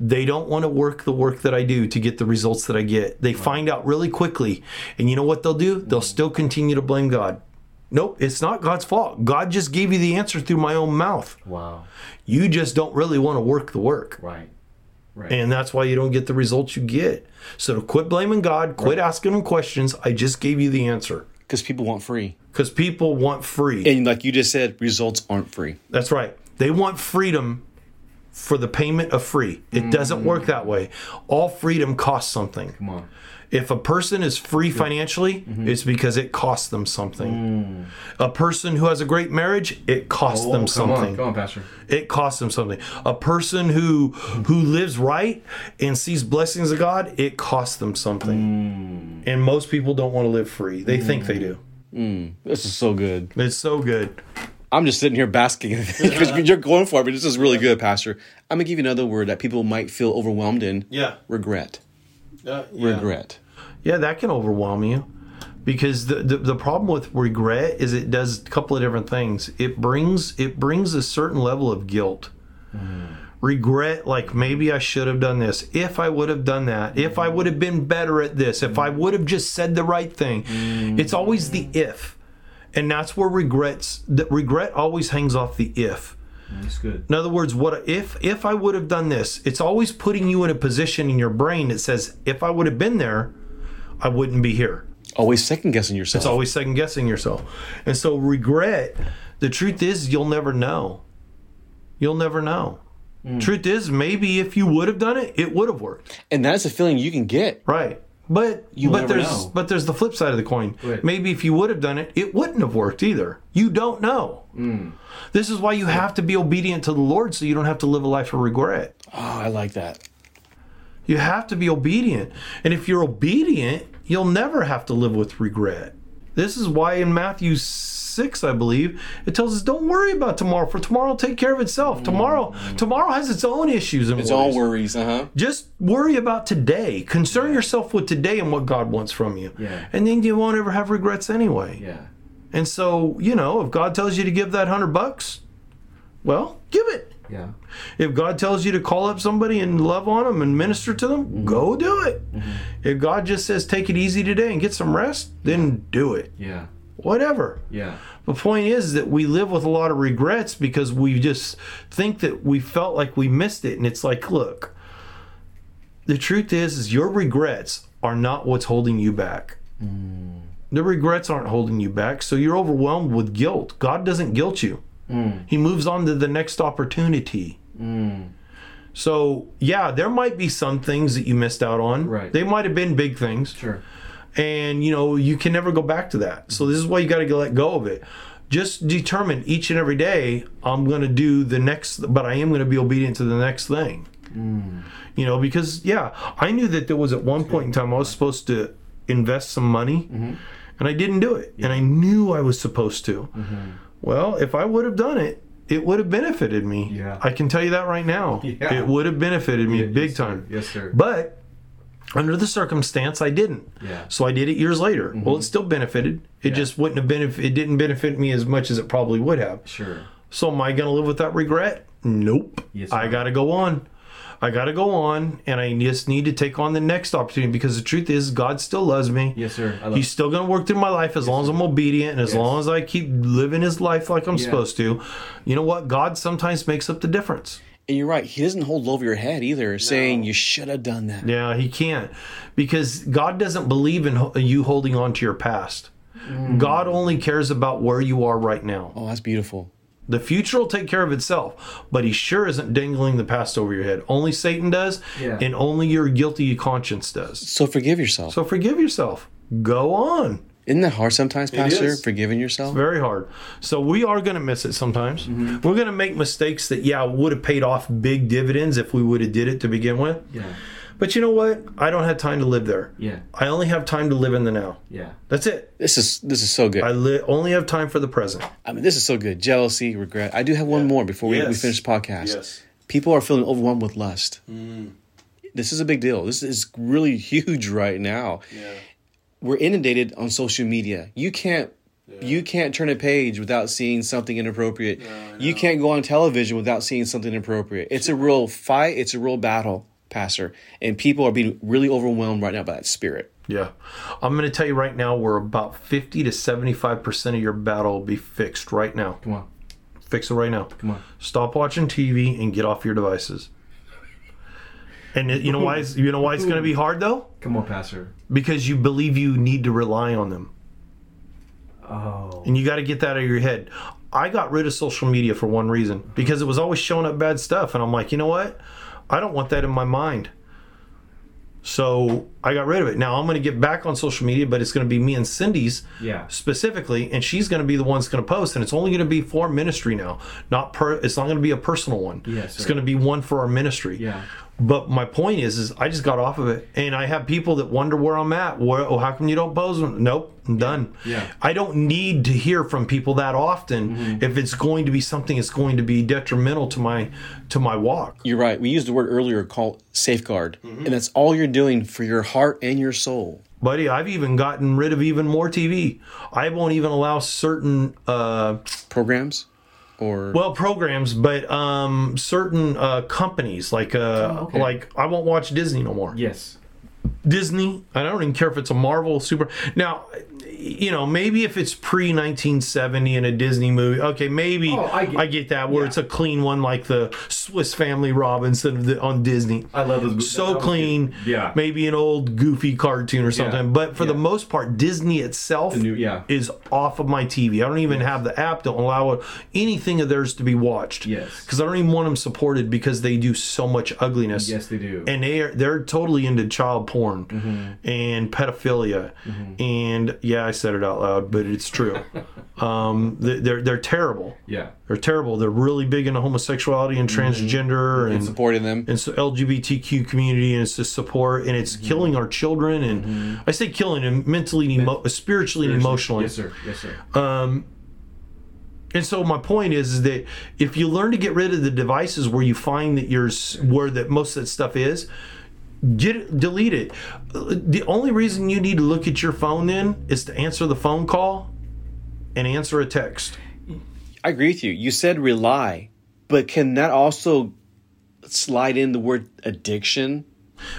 Speaker 2: They don't want to work the work that I do to get the results that I get. They find out really quickly. And you know what they'll do? They'll still continue to blame God. Nope, it's not God's fault. God just gave you the answer through my own mouth.
Speaker 3: Wow.
Speaker 2: You just don't really want to work the work.
Speaker 3: Right.
Speaker 2: And that's why you don't get the results you get. So quit blaming God, quit asking him questions. I just gave you the answer
Speaker 1: Because people want free.
Speaker 2: because people want free.
Speaker 1: And like you just said, results aren't free.
Speaker 2: That's right. They want freedom for the payment of free. It
Speaker 3: Mm.
Speaker 2: doesn't work that way. All freedom costs something.
Speaker 3: Come on.
Speaker 2: If a person is free financially,
Speaker 3: Mm-hmm.
Speaker 2: it's because it costs them something. A person who has a great marriage, it costs
Speaker 3: Mm. Oh,
Speaker 2: them
Speaker 3: come
Speaker 2: something
Speaker 3: on. Come on, Pastor.
Speaker 2: it costs them something. A person who who lives right and sees blessings of God, it costs them something.
Speaker 3: Mm.
Speaker 2: And most people don't want to live free. They think they do.
Speaker 1: This is so good.
Speaker 2: It's so good.
Speaker 1: I'm just sitting here basking [laughs] because you're going for it. But this is really good, Pastor. I'm gonna give you another word that people might feel overwhelmed in.
Speaker 2: Yeah. Uh,
Speaker 1: Regret.
Speaker 2: yeah.
Speaker 1: Regret.
Speaker 2: Yeah, that can overwhelm you. Because the, the, the problem with regret is it does a couple of different things. It brings it brings a certain level of guilt. regret like maybe I should have done this, if I would have done that, if I would have been better at this, if I would have just said the right thing. It's always the if. And that's where regrets that regret always hangs off the if.
Speaker 3: That's good.
Speaker 2: In other words, what if if I would have done this? It's always putting you in a position in your brain that says if I would have been there, I wouldn't be here.
Speaker 1: Always second guessing yourself.
Speaker 2: It's always second guessing yourself. And so regret, the truth is you'll never know. You'll never know.
Speaker 3: Hmm.
Speaker 2: Truth is maybe if you would have done it, it would have worked.
Speaker 1: and that's a feeling you can get.
Speaker 2: Right. But but
Speaker 3: never
Speaker 2: there's
Speaker 3: know.
Speaker 2: but there's the flip side of the coin.
Speaker 3: Right.
Speaker 2: Maybe if you would have done it, it wouldn't have worked either. You don't know.
Speaker 3: Hmm.
Speaker 2: This is why you have to be obedient to the Lord so you don't have to live a life of regret.
Speaker 1: Oh, I like that.
Speaker 2: You have to be obedient. And if you're obedient, you'll never have to live with regret. This is why in Matthew 6, I believe, it tells us don't worry about tomorrow, for tomorrow will take care of itself. Tomorrow tomorrow has its own issues and
Speaker 1: It's all
Speaker 2: worries.
Speaker 1: worries, uh huh.
Speaker 2: Just worry about today. Concern yourself with today and what God wants from you.
Speaker 3: Yeah.
Speaker 2: And then you won't ever have regrets anyway.
Speaker 3: Yeah.
Speaker 2: And so, you know, if God tells you to give that 100 bucks, well, give it.
Speaker 3: Yeah.
Speaker 2: If God tells you to call up somebody and love on them and minister to them, go do it. If God just says take it easy today and get some rest, then do it.
Speaker 3: Yeah.
Speaker 2: Whatever.
Speaker 3: Yeah.
Speaker 2: The point is that we live with a lot of regrets because we just think that we felt like we missed it and it's like, look, the truth is is your regrets are not what's holding you back. The regrets aren't holding you back, so you're overwhelmed with guilt. God doesn't guilt you. He moves on to the next opportunity. So, yeah, there might be some things that you missed out on.
Speaker 3: Right.
Speaker 2: They might have been big things
Speaker 3: Sure.
Speaker 2: and you know you can never go back to that so this is why you got to let go of it just determine each and every day i'm going to do the next but i am going to be obedient to the next thing
Speaker 3: Mm.
Speaker 2: you know because yeah i knew that there was at one point in time i was supposed to invest some money
Speaker 3: Mm-hmm.
Speaker 2: and i didn't do it and i knew i was supposed to
Speaker 3: Mm-hmm.
Speaker 2: well if i would have done it it would have benefited me
Speaker 3: Yeah.
Speaker 2: i can tell you that right now
Speaker 3: [laughs] Yeah.
Speaker 2: it would have benefited me
Speaker 3: Yeah,
Speaker 2: big
Speaker 3: yes, sir.
Speaker 2: time
Speaker 3: Yes, sir.
Speaker 2: but under the circumstance, I didn't.
Speaker 3: Yeah.
Speaker 2: So I did it years later. Well,
Speaker 3: Mm-hmm.
Speaker 2: it still benefited. It just wouldn't have been if it didn't benefit me as much as it probably would have.
Speaker 3: Sure.
Speaker 2: So am I going to live with that regret? Nope.
Speaker 3: Yes,
Speaker 2: I
Speaker 3: ma'am.
Speaker 2: got to go on. I got to go on, and I just need to take on the next opportunity because the truth is, God still loves me.
Speaker 3: Yes, sir. I love
Speaker 2: He's still going to work through my life as long as I'm obedient and as
Speaker 3: Yes.
Speaker 2: long as I keep living His life like I'm supposed to. You know what? God sometimes makes up the difference.
Speaker 1: And you're right. He doesn't hold over your head either, saying you should have done that.
Speaker 2: Yeah, he can't because God doesn't believe in ho- you holding on to your past.
Speaker 3: Mm.
Speaker 2: God only cares about where you are right now.
Speaker 1: Oh, that's beautiful.
Speaker 2: The future will take care of itself, but he sure isn't dangling the past over your head. Only Satan does,
Speaker 3: Yeah.
Speaker 2: and only your guilty conscience does.
Speaker 1: So forgive yourself.
Speaker 2: So forgive yourself. Go on.
Speaker 1: Isn't that hard sometimes, Pastor?
Speaker 3: is.
Speaker 1: Forgiving yourself.
Speaker 2: Very hard. So we are going to miss it sometimes.
Speaker 3: Mm-hmm.
Speaker 2: We're going to make mistakes that yeah would have paid off big dividends if we would have did it to begin with.
Speaker 3: Yeah.
Speaker 2: But you know what? I don't have time to live there.
Speaker 3: Yeah.
Speaker 2: I only have time to live in the now.
Speaker 3: Yeah.
Speaker 2: That's it.
Speaker 1: This is this is so good.
Speaker 2: I
Speaker 1: I,
Speaker 2: li- only have time for the present.
Speaker 1: mean, this is so good. Jealousy, regret. I do have one more before we, we
Speaker 2: Yes.
Speaker 1: finish the podcast. People are feeling overwhelmed with lust. This is a big deal. This is really [laughs] huge right now. We're inundated on social media. You can't you can't turn a page without seeing something inappropriate. you can't go on television without seeing something inappropriate. It's a real fight, it's a real battle, pastor, and people are being really overwhelmed right now by that spirit.
Speaker 2: Yeah. I'm going to tell you right now, we're about 50 to 75% of your battle will be fixed right now.
Speaker 3: Come on.
Speaker 2: Fix it right now.
Speaker 3: Come on.
Speaker 2: Stop watching TV and get off your devices. And it- you know why? It's, you know why it's going to be hard though?
Speaker 3: Come on, Pastor.
Speaker 2: Because you believe you need to rely on them,
Speaker 3: Oh.
Speaker 2: and you got to get that out of your head. I got rid of social media for one reason because it was always showing up bad stuff, and I'm like, you know what? I don't want that in my mind. So I got rid of it. Now I'm going to get back on social media, but it's going to be me and Cindy's
Speaker 3: Yeah.
Speaker 2: specifically, and she's going to be the one that's going to post, and it's only going to be for ministry now. Not per. It's not going to be a personal one.
Speaker 3: Yes,
Speaker 2: it's
Speaker 3: sir.
Speaker 2: going to be one for our ministry.
Speaker 3: Yeah.
Speaker 2: But my point is, is I just got off of it, and I have people that wonder where I'm at. Where, oh, how come you don't post? them? Nope, I'm done.
Speaker 3: Yeah. Mm-hmm.
Speaker 2: I don't need to hear from people that often if it's going to be something that's going to be detrimental to my to my walk.
Speaker 1: You're right. We used the word earlier called safeguard, and that's all you're doing for your heart and your soul.
Speaker 2: buddy i've even gotten rid of even more tv i won't even allow certain uh
Speaker 1: Programs, or
Speaker 2: Well, programs, but um, certain uh, companies like uh,
Speaker 3: Oh, okay.
Speaker 2: like I won't watch Disney no more.
Speaker 3: Yes.
Speaker 2: Disney. I don't even care if it's a Marvel super. Now, you know, maybe if it's pre 1970 and a Disney movie, okay, maybe
Speaker 3: Oh,
Speaker 2: I,
Speaker 3: I
Speaker 2: get,
Speaker 3: get-
Speaker 2: that where it's a clean one like the Swiss Family Robinson of the, on Disney.
Speaker 3: I love those. movies. That
Speaker 2: so
Speaker 3: was
Speaker 2: clean,
Speaker 3: good. Yeah.
Speaker 2: Maybe an old goofy cartoon or something, but for the
Speaker 3: yeah.
Speaker 2: most part, Disney itself
Speaker 3: new- yeah.
Speaker 2: is off of my TV. I don't even have the app to allow anything of theirs to be watched.
Speaker 3: Yes.
Speaker 2: because I don't even want them supported because they do so much ugliness
Speaker 3: Yes, they do.
Speaker 2: and they are they're totally into child porn
Speaker 3: Mm-hmm.
Speaker 2: and pedophilia and yeah i said it out loud but it's
Speaker 3: [laughs]
Speaker 2: true um they- they're they're terrible
Speaker 3: yeah. Mm-hmm.
Speaker 2: they're terrible they're really big into homosexuality and transgender and
Speaker 1: supporting them.
Speaker 2: and so LGBTQ community and it's the support and
Speaker 3: Mm-hmm.
Speaker 2: it's killing our children and I say killing them mentally and emo- spiritually and emotionally Uh,
Speaker 3: Yes, sir. Yes, sir.
Speaker 2: and so my point is, is that if you learn to get rid of the devices where you find that you're s- where that most of that stuff is, get it, delete it. Uh, The only reason you need to look at your phone then is to answer the phone call and answer a text.
Speaker 1: I agree with you. You said rely, but can that also slide in the word addiction?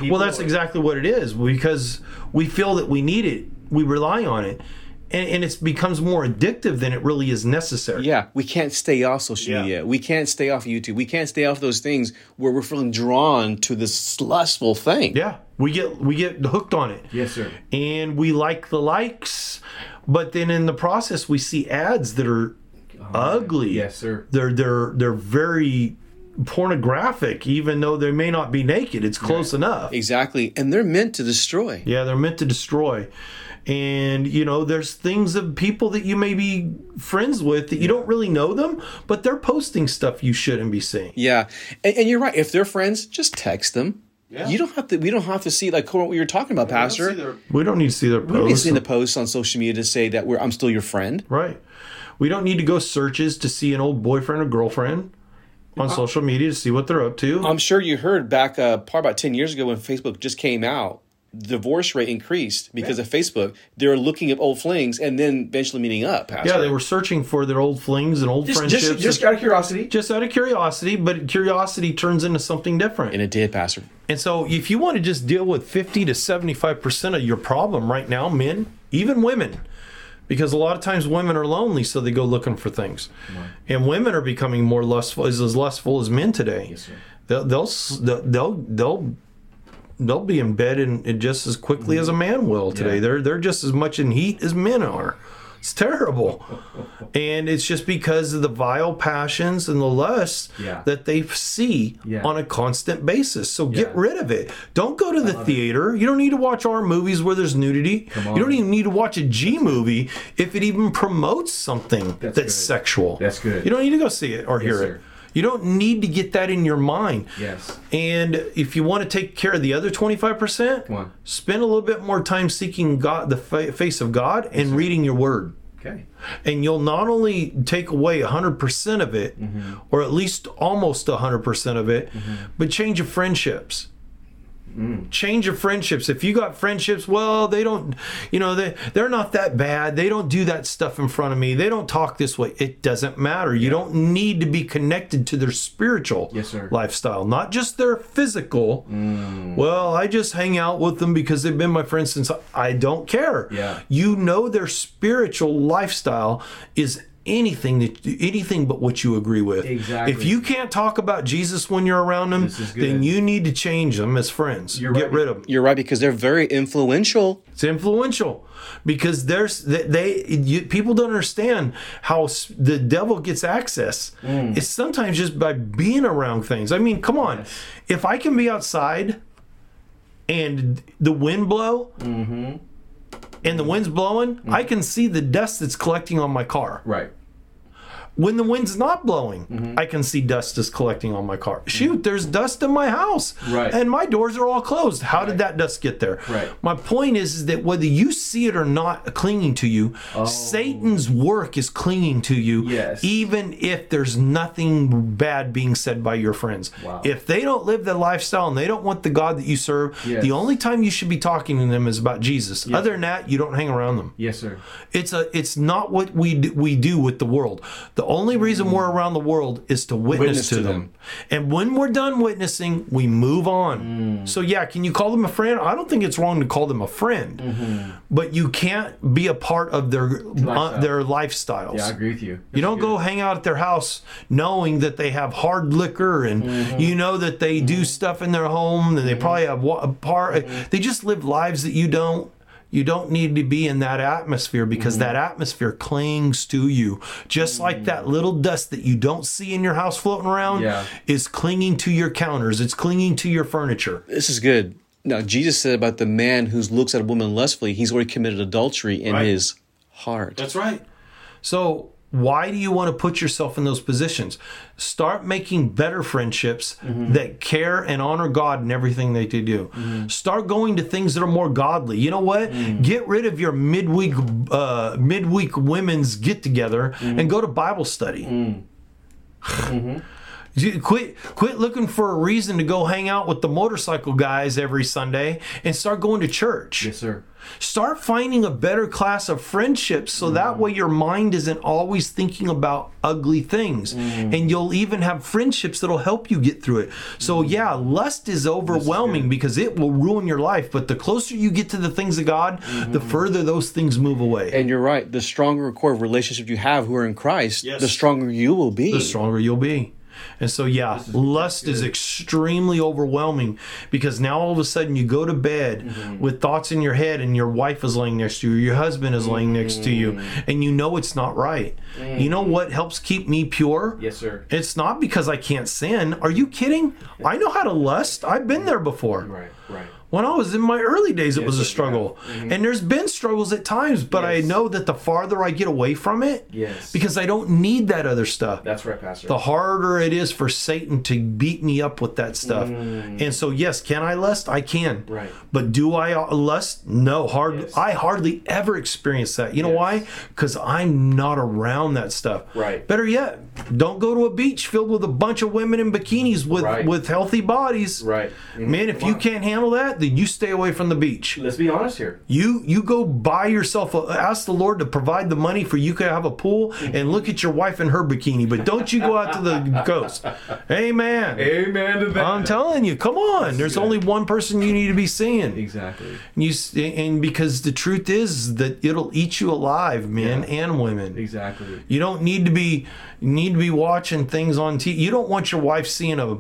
Speaker 2: well, that's exactly what it is because we feel that we need it, we rely on it, and, and it becomes more addictive than it really is necessary.
Speaker 1: Yeah, we can't stay off social
Speaker 2: Yeah.
Speaker 1: media. We can't stay off YouTube. We can't stay off those things where we're feeling drawn to this lustful thing.
Speaker 2: Yeah, we get we get hooked on it.
Speaker 3: Yes, sir.
Speaker 2: and we like the likes, but then in the process we see ads that are ugly.
Speaker 3: Yes, sir.
Speaker 2: They're they're they're very pornographic, even though they may not be naked. It's close enough.
Speaker 1: Exactly. And they're meant to destroy.
Speaker 2: Yeah, they're meant to destroy. And you know, there's things of people that you may be friends with that you don't really know them, but they're posting stuff you shouldn't be seeing.
Speaker 1: Yeah, and, and you're right. If they're friends, just text them. You don't have to. We don't have to see like what we were talking about, Pastor. We
Speaker 2: We don't need to see their posts.
Speaker 1: don't see the posts on social media to say that we're I'm still your friend.
Speaker 2: Right. We don't need to go searches to see an old boyfriend or girlfriend on social media to see what they're up to.
Speaker 1: I'm sure you heard back uh, probably about ten years ago when Facebook just came out. Divorce rate increased because of Facebook. They're looking at old flings and then eventually meeting up. Pastor.
Speaker 2: yeah, they were searching for their old flings and old friendships.
Speaker 1: just-
Speaker 2: Just,
Speaker 1: just-
Speaker 3: out of curiosity.
Speaker 2: out of curiosity, but curiosity turns into something different.
Speaker 1: and it did, Pastor.
Speaker 2: And so, if you want to just deal with 50 to 75% of your problem right now, men, even women, because a lot of times women are lonely, so they go looking for things. And women are becoming more lustful, is as lustful as men today. they'll, they'll, s- they'll, they'll, they'll they'll be in bed and, and just as quickly as a man will today.
Speaker 3: Mm-hmm. Yeah.
Speaker 2: They're they're just as much in heat as men are. It's
Speaker 3: [laughs]
Speaker 2: terrible, and it's just because of the vile passions and the lusts
Speaker 3: Yeah.
Speaker 2: that they see
Speaker 3: Yeah.
Speaker 2: on a constant basis. So get
Speaker 3: Yeah.
Speaker 2: rid of it. Don't go to the theater. You don't need to watch R movies where there's nudity. You don't
Speaker 3: on.
Speaker 2: even need to watch a G movie if it even promotes something that's,
Speaker 3: good.
Speaker 2: sexual.
Speaker 3: That's good.
Speaker 2: You don't need to go see it or hear it.
Speaker 3: sir.
Speaker 2: You don't need to get that in your mind.
Speaker 3: Yes.
Speaker 2: And if you want to take care of the other 25%,
Speaker 3: Come on.
Speaker 2: spend a little bit more time seeking God, the fa- face of God and reading your word.
Speaker 3: Okay.
Speaker 2: And you'll not only take away 100% of it,
Speaker 3: Mm-hmm.
Speaker 2: or at least almost 100% of it, but change your friendships.
Speaker 3: Mm.
Speaker 2: Change your friendships. If you got friendships, well, they don't, you know, they they're not that bad. They don't do that stuff in front of me. They don't talk this way. It doesn't matter. You don't need to be connected to their spiritual
Speaker 3: Yes, sir. Mm.
Speaker 2: lifestyle, not just their physical. Well, I just hang out with them because they've been my friends since I- I don't care.
Speaker 3: Yeah.
Speaker 2: You know their spiritual lifestyle is anything that anything but what you agree with.
Speaker 3: Exactly.
Speaker 2: If you can't talk about Jesus when you're around them,
Speaker 3: This is good.
Speaker 2: then you need to change them as friends.
Speaker 3: You're
Speaker 2: Get
Speaker 3: right.
Speaker 2: rid of them.
Speaker 1: You're right because they're very influential.
Speaker 2: It's influential because there's they, they you, people don't understand how s- the devil gets access. It's sometimes just by being around things. I mean, come on, if I can be outside and the wind blow. And the wind's blowing, I can see the dust that's collecting on my car.
Speaker 3: Right.
Speaker 2: When the wind's not blowing,
Speaker 3: Mm-hmm.
Speaker 2: I can see dust is collecting on my car. Shoot, there's dust in my house.
Speaker 3: Right.
Speaker 2: And my doors are all closed. How did that dust get there?
Speaker 3: Right.
Speaker 2: My point is, is that whether you see it or not clinging to you, Satan's work is clinging to you.
Speaker 3: Oh. Yes.
Speaker 2: Even if there's nothing bad being said by your friends.
Speaker 3: Wow.
Speaker 2: If they don't live the lifestyle and they don't want the God that you serve,
Speaker 3: Yes.
Speaker 2: the only time you should be talking to them is about Jesus. Other than that, you don't hang around them.
Speaker 3: Yes, sir.
Speaker 2: It's a it's not what we do, we do with the world. The only reason we're around the world is to witness,
Speaker 1: Witness
Speaker 2: to,
Speaker 1: to
Speaker 2: them.
Speaker 1: them.
Speaker 2: And when we're done witnessing, we move on. So, yeah, can you call them a friend? I don't think it's wrong to call them a friend, but you can't be a part of their uh,
Speaker 3: Lifestyle.
Speaker 2: their lifestyles.
Speaker 3: Yeah, I agree with you.
Speaker 2: You
Speaker 3: That's
Speaker 2: don't
Speaker 3: good.
Speaker 2: go hang out at their house knowing that they have hard liquor and
Speaker 3: Mm-hmm.
Speaker 2: you know that they do stuff in their home and they probably have wa- a part.
Speaker 3: Mm-hmm.
Speaker 2: They just live lives that you don't. You don't need to be in that atmosphere because that
Speaker 3: Mm-hmm.
Speaker 2: atmosphere clings to you, just like that little dust that you don't see in your house floating around
Speaker 3: Yeah.
Speaker 2: is clinging to your counters. It's clinging to your furniture.
Speaker 1: This is good. Now, Jesus said about the man who looks at a woman lustfully, he's already committed adultery in
Speaker 2: Right.
Speaker 1: his heart.
Speaker 3: That's right.
Speaker 2: So, why do you want to put yourself in those positions? Start making better friendships
Speaker 3: Mm-hmm.
Speaker 2: that care and honor God in everything that they do. Start going to things that are more godly. You know what?
Speaker 3: Mm-hmm.
Speaker 2: Get rid of your midweek uh, midweek women's get together
Speaker 3: Mm-hmm.
Speaker 2: and go to Bible study. [sighs] You- Quit quit looking for a reason to go hang out with the motorcycle guys every Sunday and start going to church
Speaker 3: Yes, sir.
Speaker 2: start finding a better class of friendships so that way your mind isn't always thinking about ugly things and you'll even have friendships that'll help you get through it so yeah lust is overwhelming because it will ruin your life but the closer you get to the things of god the further those things move away
Speaker 1: And you're right. The stronger core of relationship you have who are in Christ,
Speaker 3: Yes.
Speaker 1: the stronger you will be.
Speaker 2: the stronger you'll be. And so, yeah, lust is extremely overwhelming because now all of a sudden you go to bed
Speaker 3: Mm-hmm.
Speaker 2: with thoughts in your head, and your wife is laying next to you, your husband is laying next to you,
Speaker 3: Mm-hmm.
Speaker 2: and you know it's not right. You know what helps keep me pure?
Speaker 3: Yes, sir.
Speaker 2: It's not because I can't sin. Are you kidding? I know how to lust. I've been there before.
Speaker 3: Right, right.
Speaker 2: When I was in my early days, it was a
Speaker 3: sir, yeah. Mm-hmm.
Speaker 2: struggle. And there's been struggles at times, but I
Speaker 3: Yes.
Speaker 2: know that the farther I get away from it,
Speaker 3: Yes.
Speaker 2: because I don't need that other stuff
Speaker 3: That's right, Pastor.
Speaker 2: the harder it is for Satan to beat me up with that stuff. And so, yes, can I lust? I can.
Speaker 3: Mm. Right.
Speaker 2: But do I uh, lust? No. Hard.
Speaker 3: Yes.
Speaker 2: I hardly ever experience that. You know
Speaker 3: Yes.
Speaker 2: why? Because I'm not around that stuff.
Speaker 3: Right.
Speaker 2: Better yet, don't go to a beach filled with a bunch of women in bikinis with
Speaker 3: Right.
Speaker 2: with healthy bodies.
Speaker 3: right.
Speaker 2: Man, if you can't handle that, then you stay away from the beach.
Speaker 3: Let's be honest here.
Speaker 2: You you go buy yourself a, ask the Lord to provide the money for you to have a pool and look at your wife in her bikini, but don't you go out to the coast. Amen.
Speaker 3: Amen to that.
Speaker 2: I'm telling you, come on. There's
Speaker 3: good.
Speaker 2: only one person you need to be seeing.
Speaker 3: Exactly.
Speaker 2: And you s- and because the truth is that it'll eat you alive, men and women.
Speaker 3: Exactly.
Speaker 2: You don't need to be need to be watching things on TV. You don't want your wife seeing a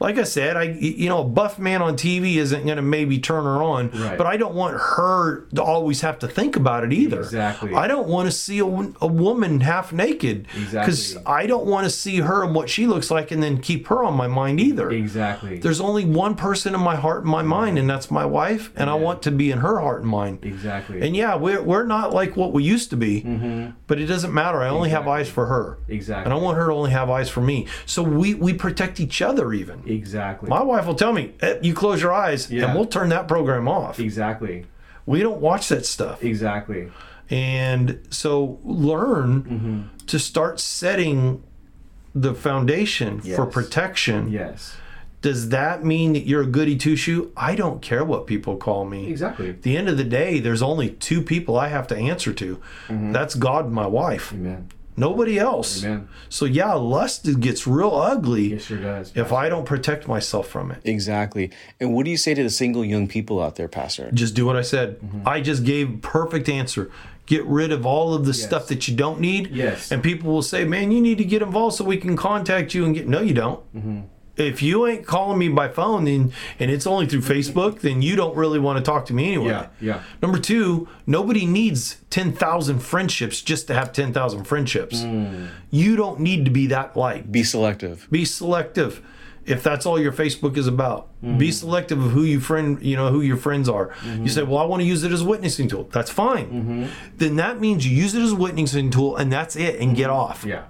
Speaker 2: like I said, I you know a buff man on TV isn't going to maybe turn her on,
Speaker 3: Right.
Speaker 2: but I don't want her to always have to think about it either.
Speaker 3: Exactly.
Speaker 2: I don't want to see a, wo- a woman half naked because
Speaker 3: Exactly.
Speaker 2: I don't want to see her and what she looks like and then keep her on my mind either.
Speaker 3: Exactly.
Speaker 2: There's only one person in my heart and my mind, and that's my wife, and I want to be in her heart and mind.
Speaker 3: exactly.
Speaker 2: And yeah, we're, we're not like what we used to be,
Speaker 3: Mm-hmm.
Speaker 2: but it doesn't matter. I only have eyes for her.
Speaker 3: Exactly.
Speaker 2: And I want her to only have eyes for me. So we, we protect each other even.
Speaker 3: exactly.
Speaker 2: My wife will tell me, "Eh, you close your eyes
Speaker 3: Yeah.
Speaker 2: and we'll turn that program off.
Speaker 3: Exactly.
Speaker 2: We don't watch that
Speaker 3: E
Speaker 2: stuff.
Speaker 3: Exactly.
Speaker 2: And so learn
Speaker 3: Mm-hmm.
Speaker 2: to start setting the foundation for
Speaker 3: Yes.
Speaker 2: protection.
Speaker 3: Yes.
Speaker 2: Does that mean that you're a goody two shoe? I don't care what people call me.
Speaker 3: Exactly.
Speaker 2: At the end of the day, there's only two people I have to answer to. That's God and my wife.
Speaker 3: Amen.
Speaker 2: Nobody else.
Speaker 3: Mm-hmm. Amen.
Speaker 2: So yeah, lust it gets real ugly
Speaker 3: It sure does.
Speaker 2: if I don't protect myself from it.
Speaker 1: Exactly. And what do you say to the single young people out there, Pastor?
Speaker 2: Just do what I said.
Speaker 3: Mm-hmm.
Speaker 2: I just gave perfect answer. Get rid of all of the stuff that you don't need.
Speaker 3: Yes.
Speaker 2: And people will say, "Man, you need to get involved so we can contact you and get." No, you don't.
Speaker 3: Mm-hmm.
Speaker 2: If you ain't calling me by phone and and it's only through Facebook, then you don't really want to talk to me anyway.
Speaker 3: Mm-hmm. Yeah. Yeah.
Speaker 2: Number two, nobody needs 10,000 friendships just to have 10,000 friendships. You don't need to be that light.
Speaker 1: Be selective.
Speaker 2: Be selective if that's all your Facebook is about. Be selective of who you friend, you know, who your friends are. You say, "Well, I want to use it as a witnessing tool." That's fine. Then that means you use it as a witnessing tool and that's it and get off.
Speaker 3: Yeah.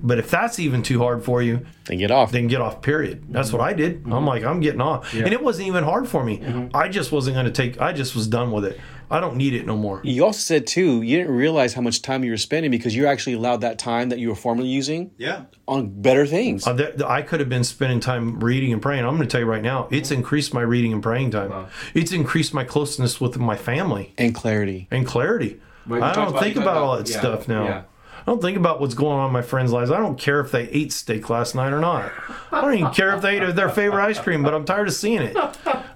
Speaker 2: But if that's even too hard for you,
Speaker 1: Then get off.
Speaker 2: then get off period that's what i did i'm like i'm getting off and it wasn't even hard for me i just wasn't going to take i just was done with it i don't need it no more
Speaker 1: You also said too, you didn't realize how much time you were spending because you actually allowed that time that you were formerly using
Speaker 4: Yeah.
Speaker 1: on better things.
Speaker 2: Uh, there- I could have been spending time reading and praying. I'm going to tell you right now,
Speaker 3: Mm-hmm.
Speaker 2: it's increased my reading and praying time. It's increased my closeness with my family
Speaker 1: and clarity.
Speaker 2: and clarity.
Speaker 3: Right, you
Speaker 2: I
Speaker 3: talked
Speaker 2: don't
Speaker 3: about-
Speaker 2: think
Speaker 3: you
Speaker 2: about,
Speaker 3: talked
Speaker 2: all
Speaker 3: about-
Speaker 2: that
Speaker 3: yeah,
Speaker 2: stuff now.
Speaker 3: yeah.
Speaker 2: don't think about what's going on in my friends' lives. I don't care if they ate steak last night or not. I don't even care if they ate their favorite ice cream, but I'm tired of seeing it.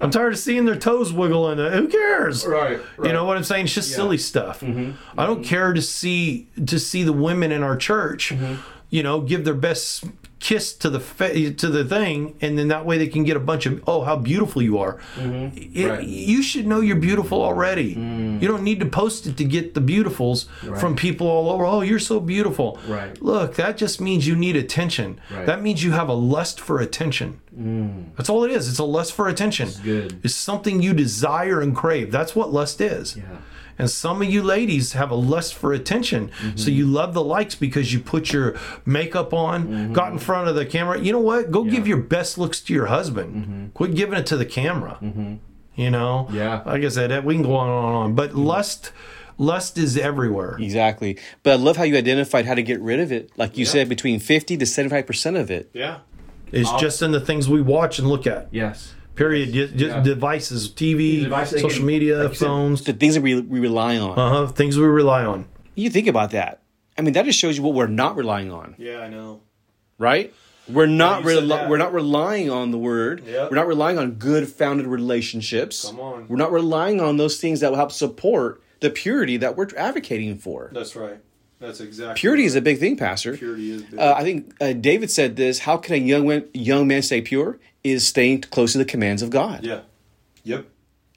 Speaker 2: I'm tired of seeing their toes wiggling. Who cares?
Speaker 3: Right, right. Mm-hmm.
Speaker 2: You know what I'm saying? It's just silly stuff. I don't care to see to see the women in our church,
Speaker 3: Mm-hmm.
Speaker 2: you know, give their best kiss to the fa- to the thing, and then that way they can get a bunch of oh how beautiful you are. It-
Speaker 3: Mm-hmm. Right. Mm.
Speaker 2: You should know you're beautiful already. You don't need to post it to get the beautifuls from people all over. Oh, you're so beautiful.
Speaker 3: Right.
Speaker 2: Look, that just means you need attention.
Speaker 3: Right. Mm.
Speaker 2: That means you have a lust for attention. That's all it is. It's a lust for attention. It's
Speaker 3: good.
Speaker 2: It's something you desire and crave. That's what lust is.
Speaker 3: Yeah.
Speaker 2: And some of you ladies have a lust for attention.
Speaker 3: Mm-hmm.
Speaker 2: So you love the likes because you put your makeup on,
Speaker 3: Mm-hmm.
Speaker 2: got in front of the camera. You know what? Go give your best looks to your husband. Quit giving it to the camera. You know?
Speaker 3: Mm-hmm. Yeah. Mm-hmm.
Speaker 2: Like I said, that- we can go on and on. and on. But lust lust is everywhere.
Speaker 1: Exactly. But I love how you identified how to get rid of it. Like you said, between 50 to 75% of it.
Speaker 2: Yeah. It's just in the things we watch and look at.
Speaker 3: Yes.
Speaker 2: Period. Just, just
Speaker 3: Yeah.
Speaker 2: devices, TV,
Speaker 3: Devices that
Speaker 2: social
Speaker 3: can-
Speaker 2: media,
Speaker 3: like you said-
Speaker 2: phones,
Speaker 1: The things that we, we rely on.
Speaker 2: uh-huh, things we rely on.
Speaker 1: You think about that. I mean, that just shows you what we're not relying on,
Speaker 2: Yeah, I know.
Speaker 1: right? We're not
Speaker 2: you said
Speaker 1: rel-
Speaker 2: that.
Speaker 1: we're not relying on the word.
Speaker 2: Yep.
Speaker 1: We're not relying on good founded relationships.
Speaker 2: Come on.
Speaker 1: We're not relying on those things that will help support the purity that we're advocating for.
Speaker 2: That's right. That's exactly
Speaker 1: Purity is a big thing, Pastor.
Speaker 2: Purity is big.
Speaker 1: Uh, I think uh, David said this. How can a young man, young man stay pure? Is staying close to the commands of God.
Speaker 2: Yeah. Yep.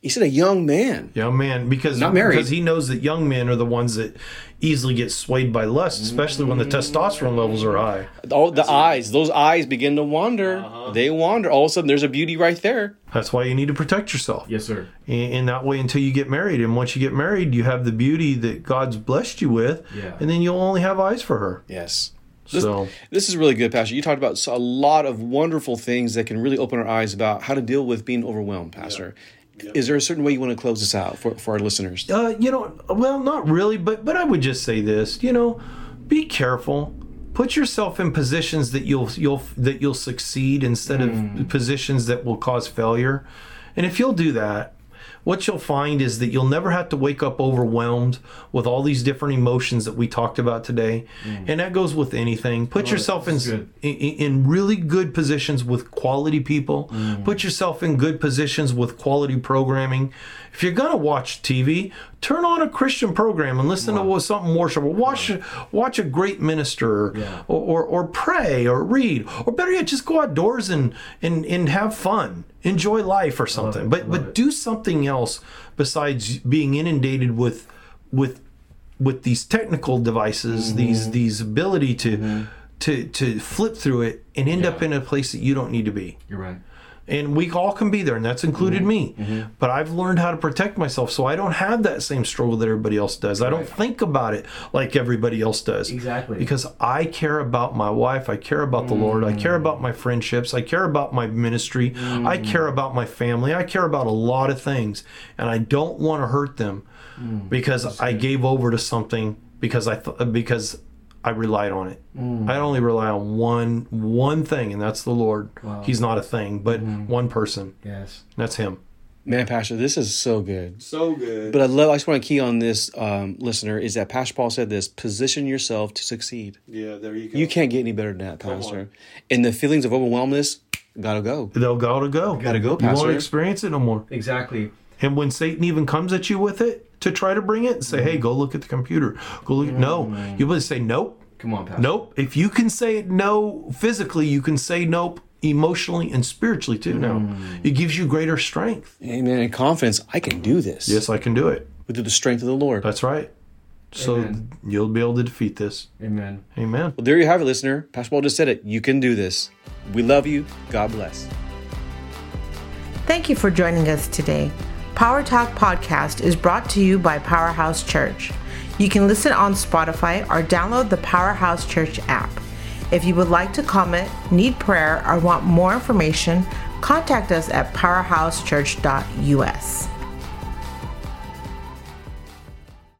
Speaker 1: He said a young man.
Speaker 2: Young man, because
Speaker 1: Not married.
Speaker 2: because he knows that young men are the ones that easily get swayed by lust, especially when the
Speaker 1: Mm.
Speaker 2: testosterone levels are high.
Speaker 1: All the eyes, those eyes begin to wander.
Speaker 2: Uh-huh.
Speaker 1: They wander. All of a sudden, there's a beauty right there.
Speaker 2: That's why you need to protect yourself
Speaker 3: Yes, sir.
Speaker 2: in, in that way until you get married. And once you get married, you have the beauty that God's blessed you with,
Speaker 3: Yeah.
Speaker 2: and then you'll only have eyes for her.
Speaker 1: Yes.
Speaker 2: so
Speaker 1: This is really good, Pastor. You talked about s- a lot of wonderful things that can really open our eyes about how to deal with being overwhelmed, Pastor. Is there a certain way you want to close this out for, for our listeners?
Speaker 2: uh, you know, well, not really, but but I would just say this, you know, be careful. Put yourself in positions that you'll you'll that you'll succeed instead
Speaker 3: Hmm.
Speaker 2: of positions that will cause failure. And if you'll do that, what you'll find is that you'll never have to wake up overwhelmed with all these different emotions that we talked about today. And that goes with anything. Put yourself in,
Speaker 3: Hmm. That's good.
Speaker 2: in in really good positions with quality people.
Speaker 3: Hmm.
Speaker 2: Put yourself in good positions with quality programming. If you're gonna watch TV, turn on a Christian program and listen to something worshipful. Watch watch a great minister, or, or or pray, or read, or better yet, just go outdoors and and and have fun, enjoy life or something.
Speaker 3: it. I
Speaker 2: But
Speaker 3: love
Speaker 2: but
Speaker 3: it.
Speaker 2: do something else besides being inundated with with with these technical devices, these these ability to to to flip through it and end up in a place that you don't need to be.
Speaker 3: You're right.
Speaker 2: And we all can be there, and that's included me. But I've learned how to protect myself, so I don't have that same struggle that everybody else does. I don't think about it like everybody else does.
Speaker 3: Exactly.
Speaker 2: Because I care about my wife, I care about the Lord, I care about my friendships, I care about my ministry, I care about my family, I care about a lot of things, and I don't want to hurt them because I gave over to something because I th- because I relied on it.
Speaker 1: Mm.
Speaker 2: I only rely on one one thing, and that's the Lord. He's not a thing, but
Speaker 1: Mm-hmm.
Speaker 2: one person.
Speaker 3: Yes.
Speaker 2: And that's Him.
Speaker 1: Man, Pastor, this is so good.
Speaker 2: So good.
Speaker 1: But I love, I just want to key on this, um, listener, is that Pastor Paul said this position yourself to succeed.
Speaker 4: Yeah, there you go.
Speaker 1: You can't get any better than that, Pastor. And the feelings of overwhelmness, gotta go.
Speaker 2: They'll gotta go.
Speaker 1: Gotta go,
Speaker 2: You
Speaker 1: Pastor.
Speaker 2: won't experience it no more.
Speaker 3: Exactly.
Speaker 2: And when Satan even comes at you with it to try to bring it,
Speaker 1: Mm.
Speaker 2: say, "Hey, go look at the computer." Go look. No, you would say, "Nope,
Speaker 3: Come on, Pastor.
Speaker 2: nope." If you can say it no physically, you can say nope emotionally and spiritually too. Now,
Speaker 1: Mm.
Speaker 2: it gives you greater strength.
Speaker 1: Amen. And confidence, I can do this.
Speaker 2: Yes, I can do it.
Speaker 1: Through the strength of the Lord.
Speaker 2: That's right. So
Speaker 3: Amen.
Speaker 2: you'll be able to defeat this.
Speaker 3: Amen.
Speaker 2: Amen.
Speaker 1: Well, there you have it, listener. Pastor Paul just said it. You can do this. We love you. God bless.
Speaker 5: Thank you for joining us today. Power Talk Podcast is brought to you by Powerhouse Church. You can listen on Spotify or download the Powerhouse Church app. If you would like to comment, need prayer, or want more information, contact us at powerhousechurch.us.